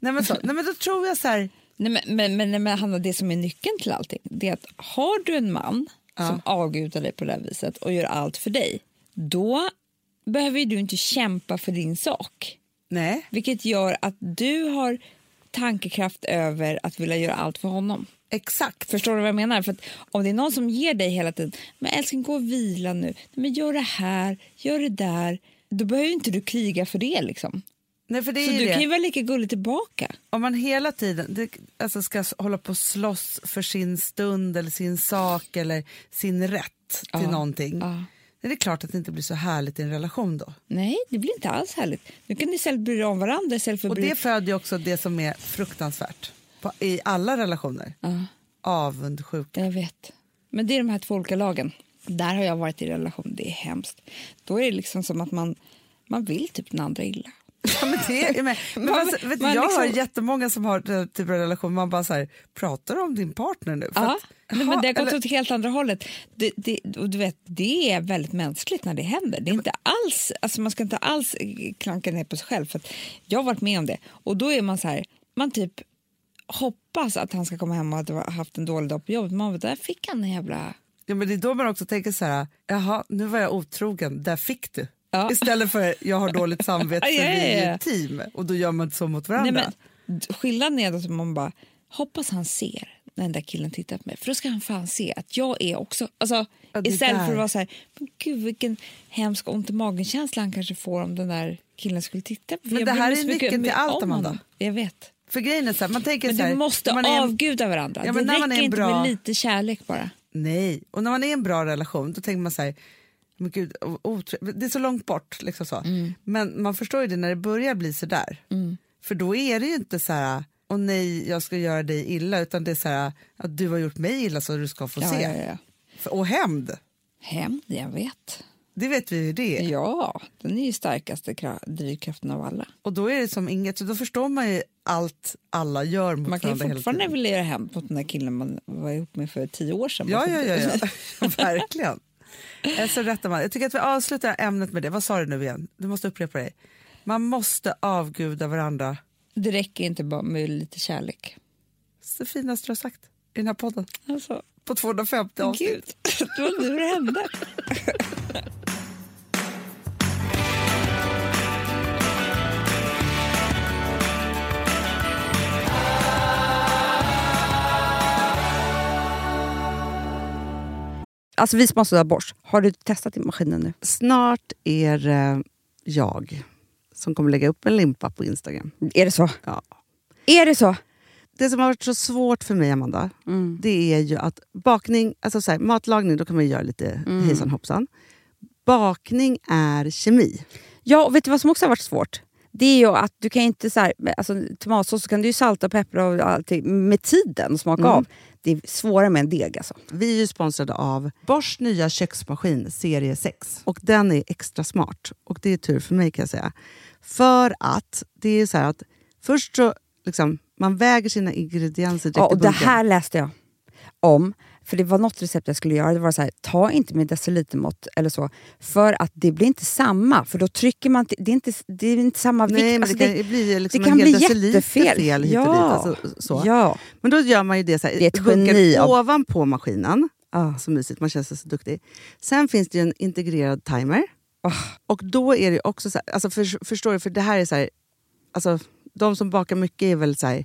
nej, men så, nej men då tror jag så här, Nej, men, men, men, nej, men Hanna, det som är nyckeln till allting det är att har du en man som avgudar dig på det här viset och gör allt för dig, då behöver ju du inte kämpa för din sak. nej, Vilket gör att du har tankekraft över att vilja göra allt för honom. exakt. Förstår du vad jag menar? För att om det är någon som ger dig hela tiden, men älskling gå och vila nu, Nej, men gör det här, gör det där. Då behöver ju inte du kriga för det liksom. Nej, för det Så är du ju kan ju det. vara lika gullig tillbaka. Om man hela tiden det, alltså ska s- hålla på och slåss för sin stund eller sin sak eller sin rätt till någonting. Ja. Det är klart att det inte blir så härligt i en relation då. Nej, det blir inte alls härligt. Nu kan ni istället bry er om varandra istället för att Och bry det föder ju också det som är fruktansvärt på, i alla relationer. Ja. Avundsjuka. Jag vet. Men det är de här två olika lagen. Där har jag varit i relation, det är hemskt. Då är det liksom som att man, man vill typ den andra illa. Ja, men det, men, men Man- fast, vet, du, man jag liksom- har jättemånga som har den typen av relation. Man bara så här, pratar du om din partner nu? För Ja, att- nej, men Jaha, det har gått eller- åt helt andra hållet. Det, det, och du vet, det är väldigt mänskligt när det händer. Det är inte alls, alltså man ska inte alls eh, klanka ner på sig själv. För att jag har varit med om det. Och då är man så här, man typ hoppas att han ska komma hem och att det var- haft en dålig dag på jobbet. Man bara, där fick han en jävla... ja, men det är då man också tänker så här, jaha, nu var jag otrogen, där fick du. Ja. Istället för jag har dåligt samvete för Ja, ja, vi är ju ja. ett team och då gör man inte så mot varandra. Nej, men, d- skillnaden är att man bara, hoppas han ser när den där killen tittar på mig. För då ska han fan se att jag är också... Alltså, Ja, det är istället för där. att vara så här, men gud vilken hemsk ont i magen-känsla han kanske får om den där killen skulle titta på mig. Men Jag det bryr här mig är så nyckeln mycket till om allt, honom. Amanda. Jag vet. För grejen är så här, man tänker Men så här, du måste när man är en- avguda varandra. Ja, men det när man är räcker en inte bra- med lite kärlek bara. Nej, och när man är i en bra relation då tänker man så här, men gud, o- otre- det är så långt bort. Liksom så. Mm. Men man förstår ju det när det börjar bli så där. För då är det ju inte så här, åh nej, jag ska göra dig illa, utan det är så här, att du har gjort mig illa så du ska få Ja, se. ja, ja. För- Och hämnd, Hem, jag vet. det vet vi ju hur det är. Ja, den är ju starkaste kra- drivkraften av alla. Och då är det som inget, så då förstår man ju allt alla gör mot Man kan ju varandra hela fortfarande tiden. vilja göra hem mot den där killen man var ihop med för tio år sedan. Ja, Man ja, får- ja, ja. verkligen. Eh, Så rättar man. Jag tycker att vi avslutar ämnet med det. Vad sa du nu igen? Du måste upprepa dig. Man måste avguda varandra. Det räcker inte bara med lite kärlek. Så finast du har sagt i den här podden. Alltså, På 250 avsnitt. gud. Det var nu det hände. Alltså vi som har sådär borst, har du testat i maskinen nu? Snart är det jag som kommer lägga upp en limpa på Instagram. Är det så? Ja. Är det så? Det som har varit så svårt för mig, Amanda, Mm. det är ju att bakning... Alltså så här, matlagning, då kan man ju göra lite hejsan hoppsan. Bakning är kemi. Ja, och vet du vad som också har varit svårt? Det är ju att du kan inte så här, alltså, tomatsås så kan du ju salta och peppra och allting med tiden och Mm. smaka av. Det är svårare med en deg alltså. Vi är ju sponsrade av Bors nya köksmaskin serie 6. Och den är extra smart. Och det är tur för mig kan jag säga. För att det är så här att först så liksom, man väger sina ingredienser direkt Ja, i och det bunken. här läste jag om. För det var något recept jag skulle göra. Det var så här, ta inte med decilitermått eller så. För att det blir inte samma. För då trycker man... Det är inte, det är inte samma vikt. Nej, men Alltså, det kan ju bli liksom det en kan hel bli deciliter jättefel. fel hit och dit, alltså, så. Ja. Men då gör man ju det så här, Det är ett bunkar geni av- ovanpå maskinen. Ah. Så mysigt, man känns så duktig. Sen finns det ju en integrerad timer. Ah. Och då är det ju också så här, alltså för, förstår du, för det här är så här, alltså de som bakar mycket är väl så här,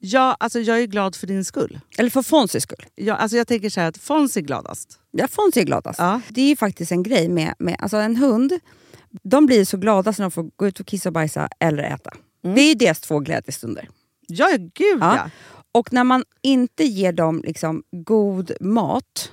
Ja, alltså jag är glad för din skull. Eller för Fonzys skull. Ja, alltså jag tänker så här att Fons är gladast. Ja, Fonzie är gladast. Ja. alltså. Det är ju faktiskt en grej med, med alltså en hund. De blir så glada när de får gå ut och kissa och bajsa eller äta. Mm. Det är ju deras två glädjestunder. Ja, gud ja. Ja. Och när man inte ger dem liksom god mat,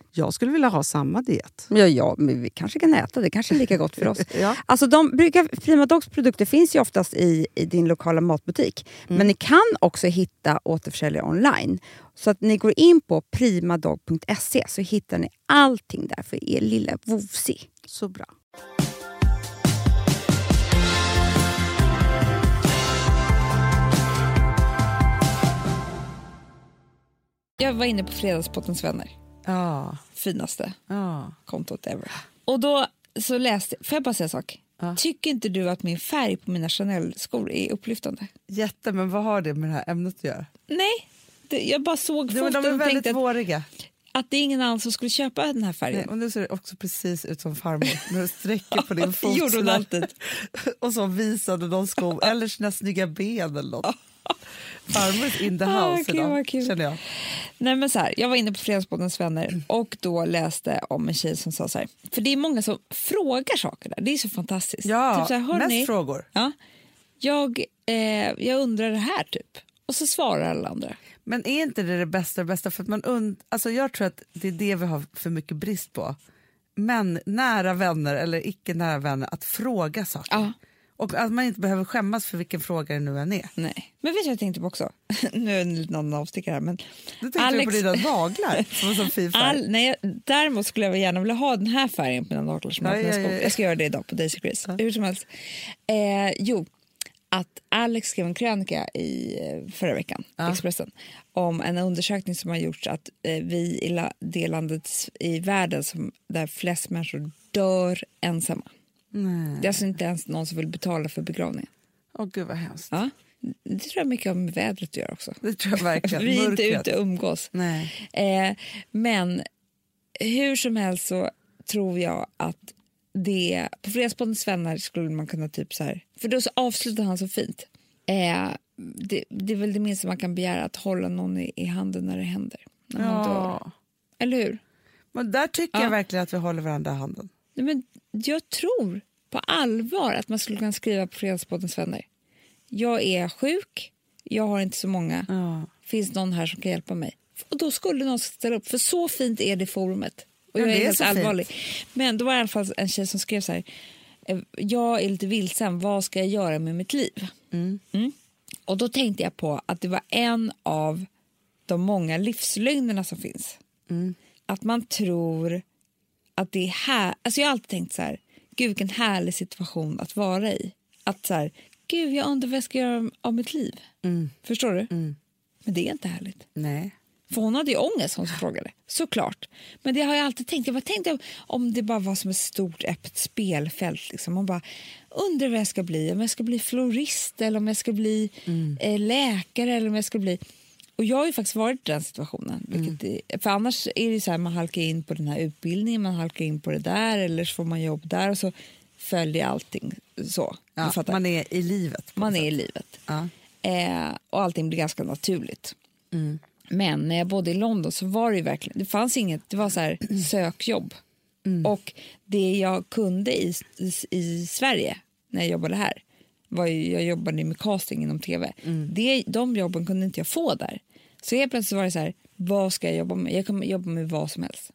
Jag skulle vilja ha samma diet. ja, ja, men vi kanske kan äta. Det kanske är lika gott för oss. Ja. Alltså de brukar, Prima Dogs produkter finns ju oftast i, i din lokala matbutik. Men ni kan också hitta återförsäljare online. Så att ni går in på primadog.se så hittar ni allting där för er lilla vovsi. Så bra. Jag var inne på Fredagspottens vänner, Ja, finaste ja. kontot ever. Och då så läste, får jag bara säga en sak? Tycker inte du att min färg på mina Chanel-skor är upplyftande? Jätte, men vad har det med det här ämnet att göra? Nej, det, jag bara såg Jo, men foten de är och väldigt tänkte att, våriga. att det är ingen annan som skulle köpa den här färgen. Nej, och nu ser det också precis ut som farmor när du sträcker på din fot. Gjorde hon sådär. alltid. och så visade någon sko eller sina snygga ben eller något. Farmor is in the Ah, house kul, idag, vad kul. Typ känner jag. Nej, men så här, jag var inne på Fredagsbåtens vänner och då läste om en tjej som sa så här, för det är många som frågar saker där, det är så fantastiskt. Ja, typ så här, mest "Hörni, frågor. Ja, jag, eh, jag undrar det här typ. Och så svarar alla andra. Men är inte det det bästa? bästa? För att man und- alltså jag tror att det är det vi har för mycket brist på. Men nära vänner eller icke nära vänner, att fråga saker. Ja. Och att man inte behöver skämmas för vilken fråga det nu än är. Nej. Men vet du vad jag tänkte på också? nu är det en liten annan avstickare här. Men Då tänkte Alex... du på dina naglar som var så fin färg. All, nej, jag- däremot skulle jag gärna vilja ha den här färgen på mina naglar som jag har på Ja, mina ja, skor. ja. Jag ska göra det idag på Daisy Chris. Hur som helst. Eh, jo, att Alex skrev en krönika i eh, förra veckan, Expressen, om en undersökning som har gjorts att eh, vi i la, det landet s- i världen som, där flest människor dör ensamma. Det är alltså inte ens någon som vill betala för begravningen. Åh gud vad hemskt. Ja. Det tror jag mycket har med vädret att göra också. Det tror jag verkligen. Vi är inte Mörkret. ute och umgås. Nej. Eh, men hur som helst så tror jag att det... På Fredagspoddens vänner skulle man kunna typ så här... För då så avslutar han så fint. Eh, det, det är väl det minsta man kan begära, att hålla någon i, i handen när det händer. När man dör. Ja. Eller hur? Men där tycker Ja. jag verkligen att vi håller varandra i handen. Nej, men jag tror på allvar att man skulle kunna skriva på Fredagspoddens vänner. Jag är sjuk, jag har inte så många. Ja. Finns någon här som kan hjälpa mig? Och då skulle någon ställa upp, för så fint är det forumet. Ja, Och jag är, det är helt så fint. allvarlig. Men då var det i alla fall en tjej som skrev så här. eh, Jag är lite vilsen, vad ska jag göra med mitt liv? Mm. Och då tänkte jag på att det var en av de många livslögnerna som finns. Mm. Att man tror att det är här... Alltså jag har alltid tänkt så här, gud vilken härlig situation att vara i. Att så här, gud jag undrar vad jag ska göra av mitt liv. Förstår du? Men det är inte härligt. Nej. För hon hade ju ångest hon som frågade. Såklart. Men det har jag alltid tänkt. Jag bara tänkte om- om det bara var som ett stort öppet spelfält. Liksom. Man bara undrar vad jag ska bli. Om jag ska bli florist eller om jag ska bli Mm. eh, läkare eller om jag ska bli... Och jag har ju faktiskt varit i den situationen. Vilket Mm. är, för annars är det ju så här man halkar in på den här utbildningen, man halkar in på det där eller så får man jobb där och så följer allting så. Du Ja, fattar. man är i livet. Man är i livet. Eh, och allting blir ganska naturligt. Men när jag bodde i London så var det ju verkligen, det fanns inget, det var så här sökjobb. Och det jag kunde i, i, i Sverige när jag jobbade här, var ju, jag jobbade med casting inom tv, det, de jobben kunde inte jag få där. Så helt plötsligt var det så här, vad ska jag jobba med? Jag kan jobba med vad som helst.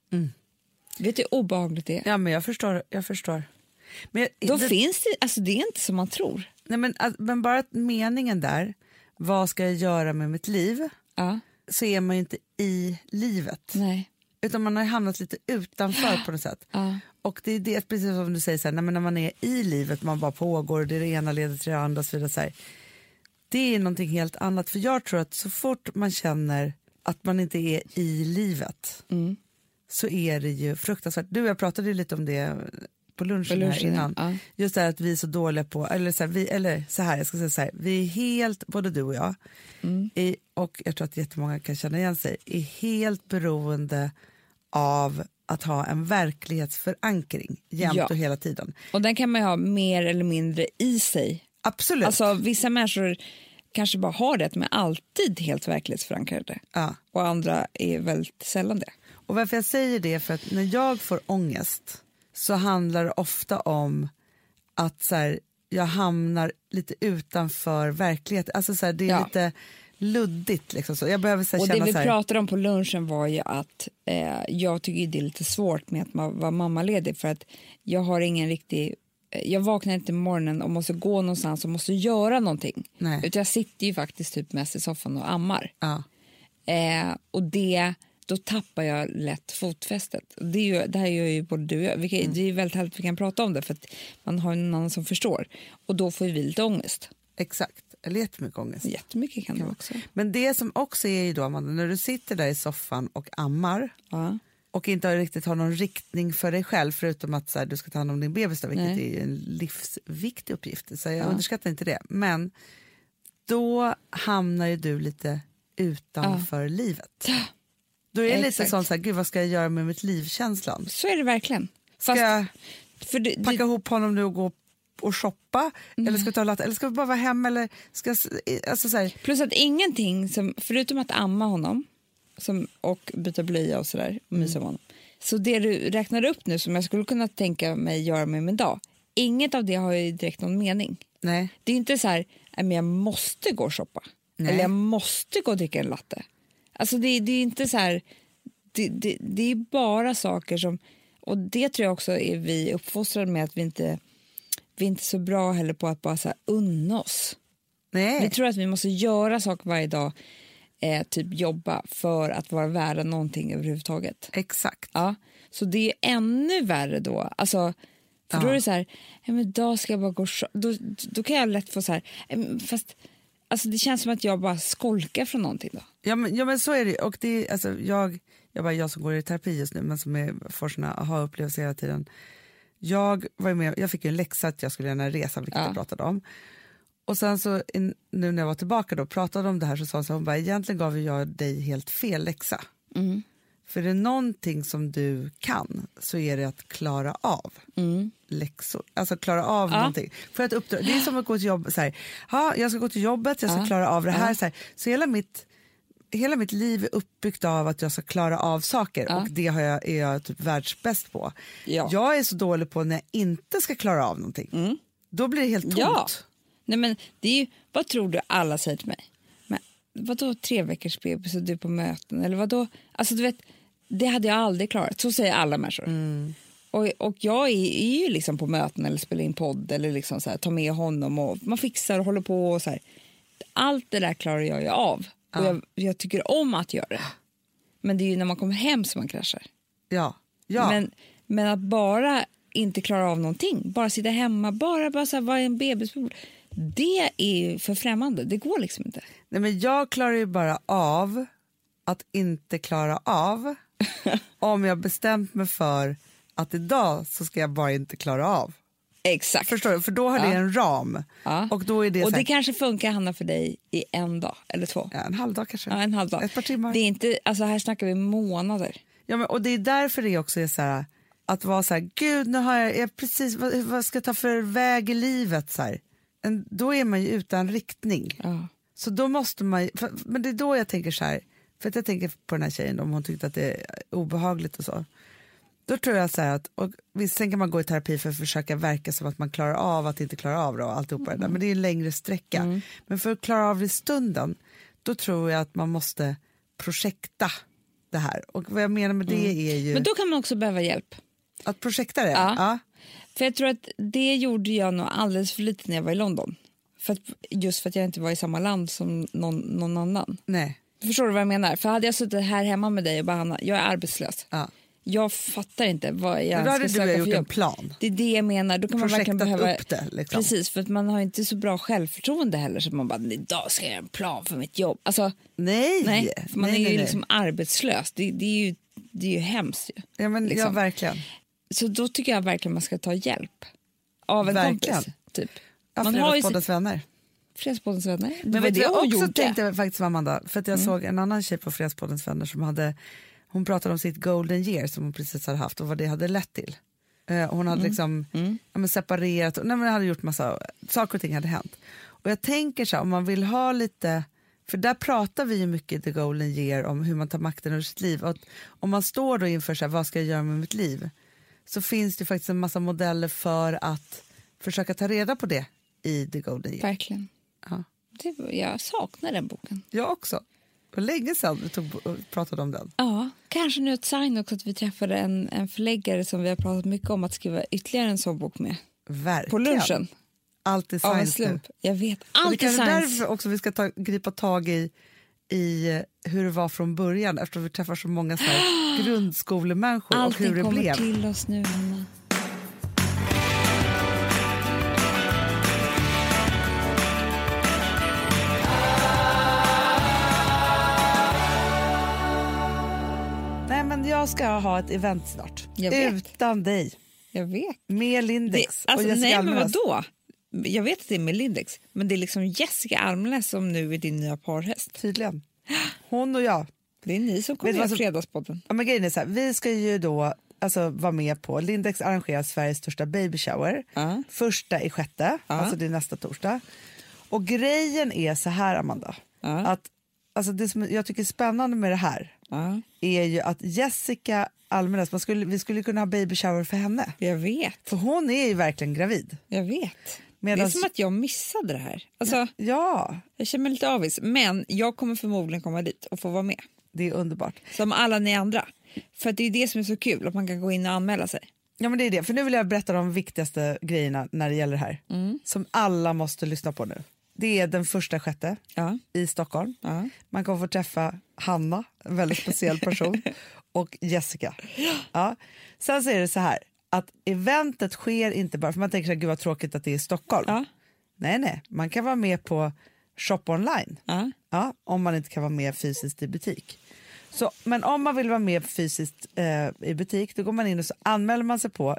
Vet du hur obehagligt det är? Ja, men jag förstår. Jag förstår. Men, jag- Då det- finns det, alltså det är inte som man tror. nej, men, att- men bara att meningen där, vad ska jag göra med mitt liv? Ja, Så är man ju inte i livet. nej. Utan man har ju hamnat lite utanför på något sätt. Ja. Och det är det, precis som du säger, så här, nej, men när man är i livet, man bara pågår och det, är det ena leder till det andra och så vidare. Så här. Det är någonting helt annat. För jag tror att så fort man känner att man inte är i livet Mm. så är det ju fruktansvärt. Du och jag pratade ju lite om det på lunchen, På lunchen, här innan. ja. Just det här att vi är så dåliga på, eller så här, vi, eller så här, jag ska säga så här, vi är helt, både du och jag, Mm. i, och jag tror att jättemånga kan känna igen sig, är helt beroende av att ha en verklighetsförankring jämt Ja. och hela tiden. Och den kan man ju ha mer eller mindre i sig. Absolut. Alltså vissa människor kanske bara har det, att de är alltid helt verklighetsförankrade. Ja. Och andra är väldigt sällan det. Och varför jag säger det är för att när jag får ångest så handlar det ofta om att så här, jag hamnar lite utanför verkligheten. Alltså, så här, det är Ja. lite luddigt. Liksom, så. Jag behöver så här, Och det känna vi så här, pratade om på lunchen var ju att eh, jag tycker ju det är lite svårt med att man vara mammaledig för att jag har ingen riktig eh, jag vaknar inte i morgonen och måste gå någonstans och måste göra någonting. Nej. Utan jag sitter ju faktiskt typ mest i soffan och ammar. ja, Eh, och det, då tappar jag lätt fotfästet. Och Det, är ju, det här gör ju både du och jag. Vi Mm. kan, Det är ju väldigt härligt att vi kan prata om det för att man har ju någon annan som förstår. Och då får ju vi lite ångest. exakt. Eller jättemycket ångest. Jättemycket kan det vara också. Men det som också är ju då, Amanda, när du sitter där i soffan och ammar Ja. och inte har riktigt har någon riktning för dig själv förutom att så här, du ska ta hand om din bebis då, vilket Nej. är en livsviktig uppgift. Så jag underskattar inte det. Men då hamnar ju du lite utanför livet. Då är det lite Exakt. sån så här, gud vad ska jag göra med mitt liv-känslan? Så är det verkligen. Ska Fast, jag för det, packa det, ihop honom nu och gå och shoppa? Mm. Eller ska vi ta latte? Eller ska vi bara vara hemma? Eller ska jag, s- alltså så här, plus att ingenting, som, förutom att amma honom som, och byta blöja och sådär, och Mm. mysa med honom. Så det du räknade upp nu som jag skulle kunna tänka mig göra med min dag, inget av det har ju direkt någon mening. nej. Det är inte så här, "Nej, men jag måste gå och shoppa. Nej. Eller jag måste gå och dricka en latte. Alltså det, det är inte så här, det, det, det är bara saker som, och det tror jag också är vi uppfostrade med att vi inte, vi är inte så bra heller på att bara så här unna oss. Vi nej. tror att vi måste göra saker varje dag, eh, typ jobba för att vara värda någonting överhuvudtaget. Exakt. Ja, så det är ju ännu värre då. Alltså, för då är det så här, ja, men idag ska jag bara gå och shop-" då, då kan jag lätt få så här, "Ja, men fast alltså, det känns som att jag bara skolkar från någonting då. Ja men, ja, men så är det. ju. Och det är, alltså, jag, jag, bara, jag som går i terapi just nu, men som är, får såna aha-upplevelser hela tiden. Jag, var ju med, jag fick ju en läxa att jag skulle göra den här resan, vilket Ja. jag pratade om. Och sen så in, nu när jag var tillbaka då pratade om det här så sa hon så här, hon bara, egentligen gav ju jag dig helt fel läxa. För är det någonting som du kan så är det att klara av Mm. läxor. Alltså klara av någonting. För att uppdra- det är som att gå till jobbet, så här, ja, jag ska gå till jobbet, jag ska klara av det här. Så, här. så hela mitt hela mitt liv är uppbyggt av att jag ska klara av saker och det har jag, är jag typ världsbäst på. Ja. Mm. Jag är så dålig på när jag inte ska klara av någonting. Då blir det helt tomt. Ja. Nej, men det är ju, vad tror du alla säger till mig? Men, vadå tre veckors bebis och du på möten? Eller vadå? Alltså, du vet, det hade jag aldrig klarat. Så säger alla människor. Och, och jag är, är ju liksom på möten eller spelar in podd eller liksom så här, tar med honom och man fixar och håller på och så här. Allt det där klarar jag ju av. Och jag, jag tycker om att göra det. Men det är ju när man kommer hem som man kraschar. Ja. Ja. Men, men att bara inte klara av någonting, bara sitta hemma, bara, bara så här, vara i en bebispool. Det är ju för främmande, det går liksom inte. Nej, men jag klarar ju bara av att inte klara av om jag bestämt mig för att idag så ska jag bara inte klara av. Exakt. Förstår du? För då har det en ram. Ja. Och då är det, och så här, det kanske funkar Hanna för dig i en dag eller två. ja, en halvdag kanske. Ja, en halv dag. Ett par timmar. Det är inte, alltså här snackar vi månader. Ja, men, och det är därför det också är så här, att vara så här, gud nu har jag, jag precis, vad, vad ska jag ta för väg i livet? Så här. En, då är man ju utan riktning. Ja. Så då måste man ju- för, men det är då jag tänker så här, för att jag tänker på den här tjejen om hon tyckte att det är obehagligt och så. Då tror jag så här att, och visst sen kan man gå i terapi för att försöka verka som att man klarar av att inte klara av det och alltihopa Mm. det där, men det är en längre sträcka. Men för att klara av det i stunden, då tror jag att man måste projekta det här. Och vad jag menar med det är ju Mm. Men då kan man också behöva hjälp. att projekta det. Ja. Ja. För jag tror att det gjorde jag nog alldeles för lite när jag var i London. För att, just för att jag inte var i samma land som någon, någon annan. Nej. Förstår du vad jag menar? För hade jag suttit här hemma med dig och bara Hanna, jag är arbetslös. Ja. Jag fattar inte vad Men jag då hade ska du och söka jag för gjort en jobb. plan. Det är det jag menar. Då kan man verkligen Projektat behöva... upp det, liksom. Precis, för att man har inte så bra självförtroende heller så att man bara idag ska jag göra en plan för mitt jobb. Alltså, Nej! nej, för man nej, är ju nej, nej. liksom arbetslös. Det, det är ju, det är ju hemskt ju. ja, men, ja, liksom. verkligen. Så då tycker jag verkligen man ska ta hjälp av en Verkligen. kompis. Typ. Ja, man har ju Fredagspoddens sitt- vänner. Fredagspoddens vänner. Men vet du, det jag hon också gjorde. Mm. tänkte faktiskt med Amanda, för att jag såg en annan tjej på Fredagspoddens vänner som hade, hon pratade om sitt golden year som hon precis hade haft och vad det hade lett till. Eh, Hon Mm. hade liksom ja, men separerat, och- nej, men hade gjort massa, saker och ting hade hänt. Och jag tänker så här, om man vill ha lite, för där pratar vi ju mycket i the golden year om hur man tar makten över sitt liv. Och att om man står då inför så här, vad ska jag göra med mitt liv? så finns det faktiskt en massa modeller för att försöka ta reda på det i The Golden Year. Verkligen. Ja. Det, var- jag saknar den boken. Jag också. Det var länge sedan vi tog, pratade om den. Ja, kanske nu ett sign också att vi träffade en, en förläggare som vi har pratat mycket om att skriva ytterligare en sån bok med. Verkligen. På lunchen, Allt är av en science nu. slump. Jag vet, Och Det allt är kanske är science. därför också vi ska ta, gripa tag i, i eh, hur det var från början eftersom vi träffar så många så här grundskolemänniskor och hur Allting det kommer blev. till oss nu, Hanna. Nej, men jag ska ha ett event snart. Jag vet. Utan dig. Jag vet. Med Det, Lindex alltså, och Jessica nej, men Almenäs. vadå? Jag vet att det är med Lindex, men det är liksom Jessica Almnäs som nu är din nya parhäst. Tydligen. Hon och jag. Det är ni som Vet kommer du göra vad som- Fredagspodden. Ja, men grejen är så här, vi ska ju då alltså, vara med på... Lindex arrangerar Sveriges största baby shower. Ja. Första i sjätte, alltså det är nästa torsdag. Och grejen är så här, Amanda. Ja. Att, alltså, det som jag tycker är spännande med det här Ja, är ju att Jessica Almenäs, man skulle, vi skulle kunna ha baby shower för henne. jag vet. För hon är ju verkligen gravid. Jag vet. Det är Medans- som att jag missade det här. Alltså, Ja, Jag känner mig lite avis, men jag kommer förmodligen komma dit och få vara med. det är underbart. Som alla ni andra. För att det är det som är så kul, att man kan gå in och anmäla sig. Ja, men det är det. För nu vill jag berätta de viktigaste grejerna när det gäller det här. Mm. Som alla måste lyssna på nu. Det är den första sjätte Ja. i Stockholm. Ja. Man kommer få träffa Hanna, en väldigt speciell person, och Jessica. Ja. Sen så är det så här att eventet sker inte bara för man tänker så här, gud vad tråkigt att det är i Stockholm. Ja. Nej, nej, man kan vara med på shop online. Ja. Ja, om man inte kan vara med fysiskt i butik. Så, men om man vill vara med fysiskt eh, i butik då går man in och så anmäler man sig på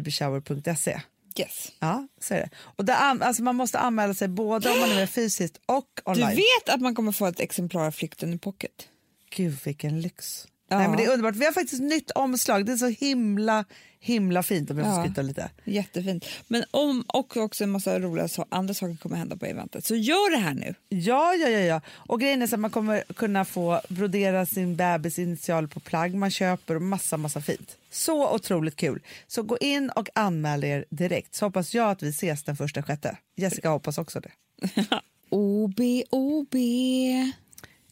lindexbabyshower.se. Yes. Ja, så är det. Och där, an- alltså man måste anmäla sig både om man är med fysiskt och Du online. vet att man kommer få ett exemplar av Flykten i pocket. Gud, vilken lyx. Ja. Nej, men det är underbart. Vi har faktiskt nytt omslag. Det är så himla himla fint om jag får Ja. skryta lite. Jättefint. Men om, och också en massa roliga så, andra saker kommer hända på eventet. Så gör det här nu. Ja, ja, ja, ja. Och grejen är så att man kommer kunna få brodera sin bebis initial på plagg man köper och massa, massa fint. Så otroligt kul. Så gå in och anmäl er direkt så hoppas jag att vi ses den första sjätte. Jessica hoppas också det. OB, OB.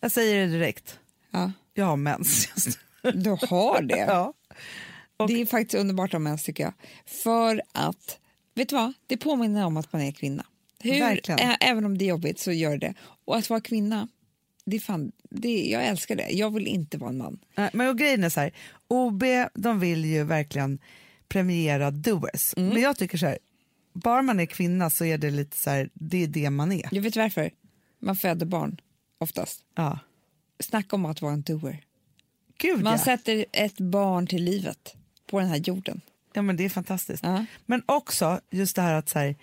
Jag säger det direkt. Ja. Jag har mens just nu. Du har det. Ja. Det är faktiskt underbart om ens tycker jag. För att, vet du vad? Det påminner om att man är kvinna. Hur, Verkligen. ä- även om det är jobbigt så gör det. Och att vara kvinna, det är fan, det, jag älskar det. Jag vill inte vara en man. Nej, Men och grejen är så här, OB de vill ju verkligen premiera doers. Men jag tycker så här, bara man är kvinna så är det lite så här, det är det man är. Jag vet varför. Man föder barn, oftast. Ja. Snacka om att vara en doer. Gud Man ja. sätter ett barn till livet på den här jorden. ja men det är fantastiskt. Ja. Men också just det här att så här,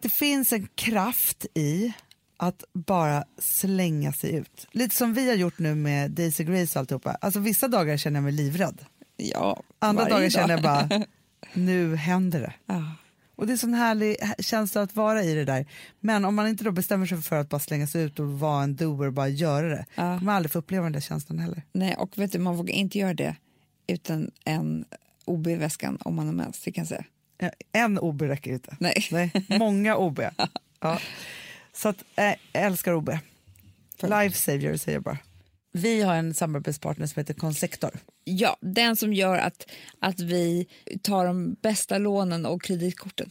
det finns en kraft i att bara slänga sig ut. Lite som vi har gjort nu med Daisy Grace och alltihopa. Alltså vissa dagar känner jag mig livrädd. Ja, Andra varje dagar dag. känner jag bara, nu händer det. Ja. Och Det är sån härlig hä- känsla att vara i det där. Men om man inte då bestämmer sig för att bara slänga sig ut och vara en doer och bara göra det, Ja. kommer man aldrig få uppleva den där känslan heller. Nej, och vet du, man vågar inte göra det utan en OB i väskan om man har mens, det kan jag säga. Eh, En OB räcker inte. Nej. många OB. Ja. Så att, eh, jag älskar OB. Lifesaver säger jag bara. Vi har en samarbetspartner som heter Consektor. Ja, den som gör att, att vi tar de bästa lånen och kreditkorten.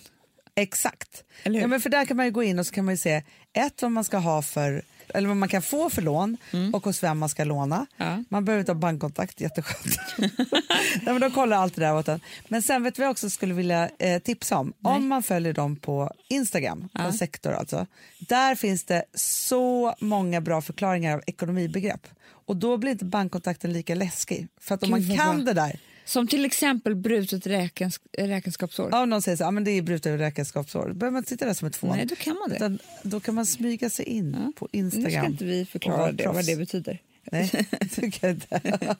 Exakt. Eller hur? Ja, men för där kan man ju gå in och så kan man ju se ett vad man ska ha för eller vad man kan få för lån och hos vem man ska låna. Mm. Ja. Man behöver inte ha bankkontakt, jätteskönt. Nej, men de kollar allt det där åt en. Men sen vet vi också skulle vilja eh, tipsa om, om man följer dem på Instagram, på sektor alltså, där finns det så många bra förklaringar av ekonomibegrepp. Och då blir inte bankkontakten lika läskig. För att om Gud, man vad kan bra. det där, Som till exempel brutet räkens, räkenskapsår. Ja, Om någon säger så, ah, men det är brutet ur räkenskapsår, då behöver man inte sitta där som ett fån. Nej, då kan man det. Utan då kan man smyga sig in på Instagram. nu ska inte vi och förklara vara det, vad proffs. det betyder. Nej, det tycker jag inte.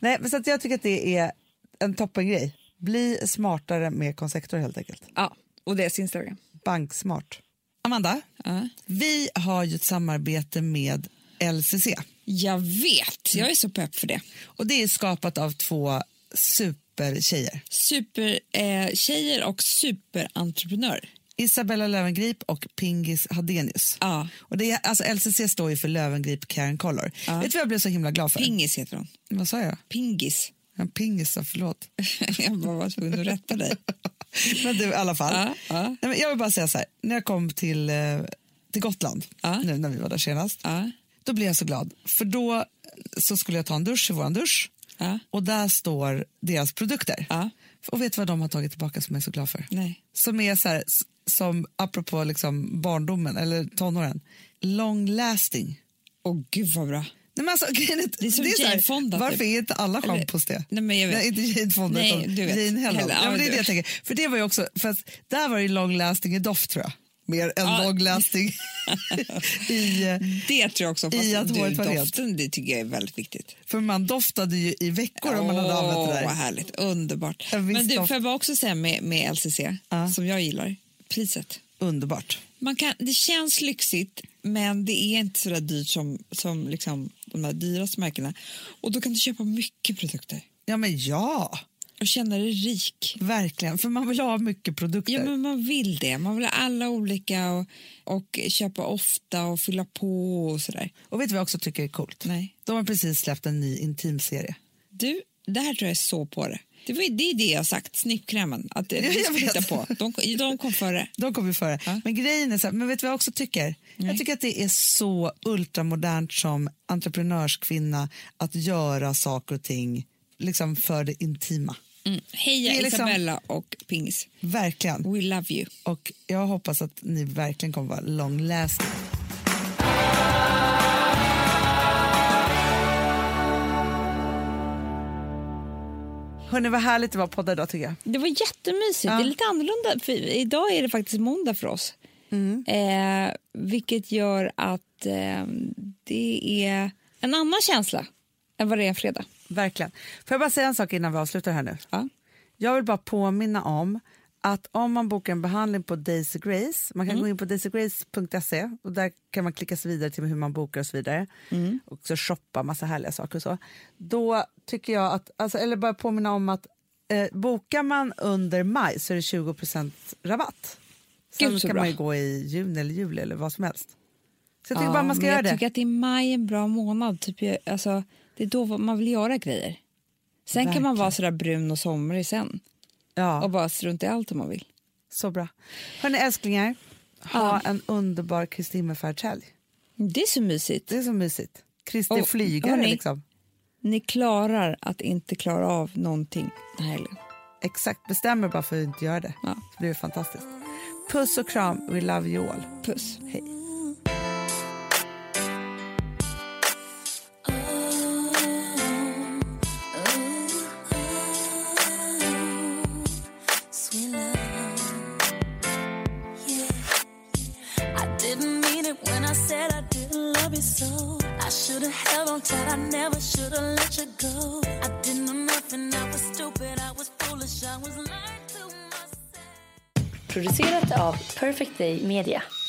Nej, men så att jag tycker att det är en toppengrej. Bli smartare med Consektor helt enkelt. Ja, och det är Instagram. Banksmart. Amanda, Ja. vi har ju ett samarbete med LCC. Mm. Jag vet, jag är så pepp för det. Och Det är skapat av två super supertjejer. Supertjejer eh, tjejer och superentreprenör. Isabella Lövengrip och Pingis Hadenius. Ja. Och det är, alltså LCC står ju för Lövengrip Karen Collor. Vet du vad jag blev så himla glad för? Pingis heter hon. vad sa jag? Pingis. Ja, pingis, sa förlåt. jag bara var tvungen att rätta dig. Men du, i alla fall. Ja, ja. Nej, men jag vill bara säga så här, när jag kom till, eh, till Gotland Ja. nu när vi var där senast, Ja. då blev jag så glad. För då eh, så skulle jag ta en dusch i våran dusch Ja. och där står deras produkter. Ja. Och vet du vad de har tagit tillbaka som jag är så glad för? Nej. Som är så här, s- som apropå liksom barndomen eller tonåren, long lasting. Åh gud vad bra. Nej, men alltså, grejen är- Det är som så här, Jane Fonda, typ. Varför är inte alla shampoos det? Nej, men jag vet. Nej, inte Jane Fonda, Nej, utan du vet. Jane Helen. Helen, ja, Ja, men det är det du jag vet. tänker. För det var ju också, för att där var det ju long lasting i doft, tror jag. Mer än Ja. long lasting i... eh, Det tror jag också. Fast I att du, håret var rent. doften det tycker jag är väldigt viktigt. För man doftade ju i veckor om man hade använt det Åh, Vad där. härligt. Underbart. En viss Men du, doft. får jag bara också säga med, med LCC, som jag gillar, priset. Underbart. Man kan, det känns lyxigt, men det är inte så där dyrt som, som liksom de där dyraste märkena. Och då kan du köpa mycket produkter Ja, men ja, och känna dig rik. verkligen. För man vill ha mycket produkter. Ja, men man vill det. Man vill ha alla olika och, och köpa ofta och fylla på och sådär. Och vet du vad jag också tycker är coolt? Nej. De har precis släppt en ny intimserie. Du, det här tror jag är så på det. Det, var, ju- det är det jag har sagt, snippkrämen. Att det, Ja, vi jag ska vet. titta på. De, de kom före. De kommer ju före. Men grejen är så här, men vet du vad jag också tycker? Jag tycker att det är så ultramodernt som entreprenörskvinna att göra saker och ting liksom för det intima. Mm. Det Heja är liksom- Isabella och Pingis. Verkligen. We love you. Och jag hoppas att ni verkligen kommer vara långlästa. Hörni, vad härligt det var att podda idag tycker jag. Det var jättemysigt. Det är lite annorlunda. För idag är det faktiskt måndag för oss. Eh, vilket gör att eh, det är en annan känsla än vad det är en fredag. Verkligen. Får jag bara säga en sak innan vi avslutar här nu? Ja. Jag vill bara påminna om att om man bokar en behandling på Daisy Grace, man kan Mm. gå in på daisygrace.se och där kan man klicka sig vidare till hur man bokar och så vidare. Mm. Och så shoppa massa härliga saker och så. Då tycker jag att, alltså, eller bara påminna om att eh, bokar man under maj så är det 20 rabatt. Sen Gud, så kan bra. man ju gå i juni eller juli eller vad som helst. Så jag tycker Ja, bara man ska men göra jag det. tycker att det är maj en bra månad. Typ, jag- alltså, det är då man vill göra grejer. Sen kan man vara sådär brun och somrig sen Ja. och bara strunta i allt om man vill. Så bra. Hörni älsklingar, ha en underbar Kristi helg. Det är så mysigt. Det är så mysigt. Kristi Och, flygare Oh, hörni. liksom. Ni klarar att inte klara av någonting den här helgen. Exakt, bestämmer bara för att inte göra det. Ja. Så blir det fantastiskt. Puss och kram, we love you all. Puss. Hej. Sweet love. Yeah. I didn't mean it when I said I didn't love you so. I should have held on tight. I never should have let you go. I didn't know nothing. I was stupid. I was foolish. I was lying to myself. Producerat av Perfect Day Media.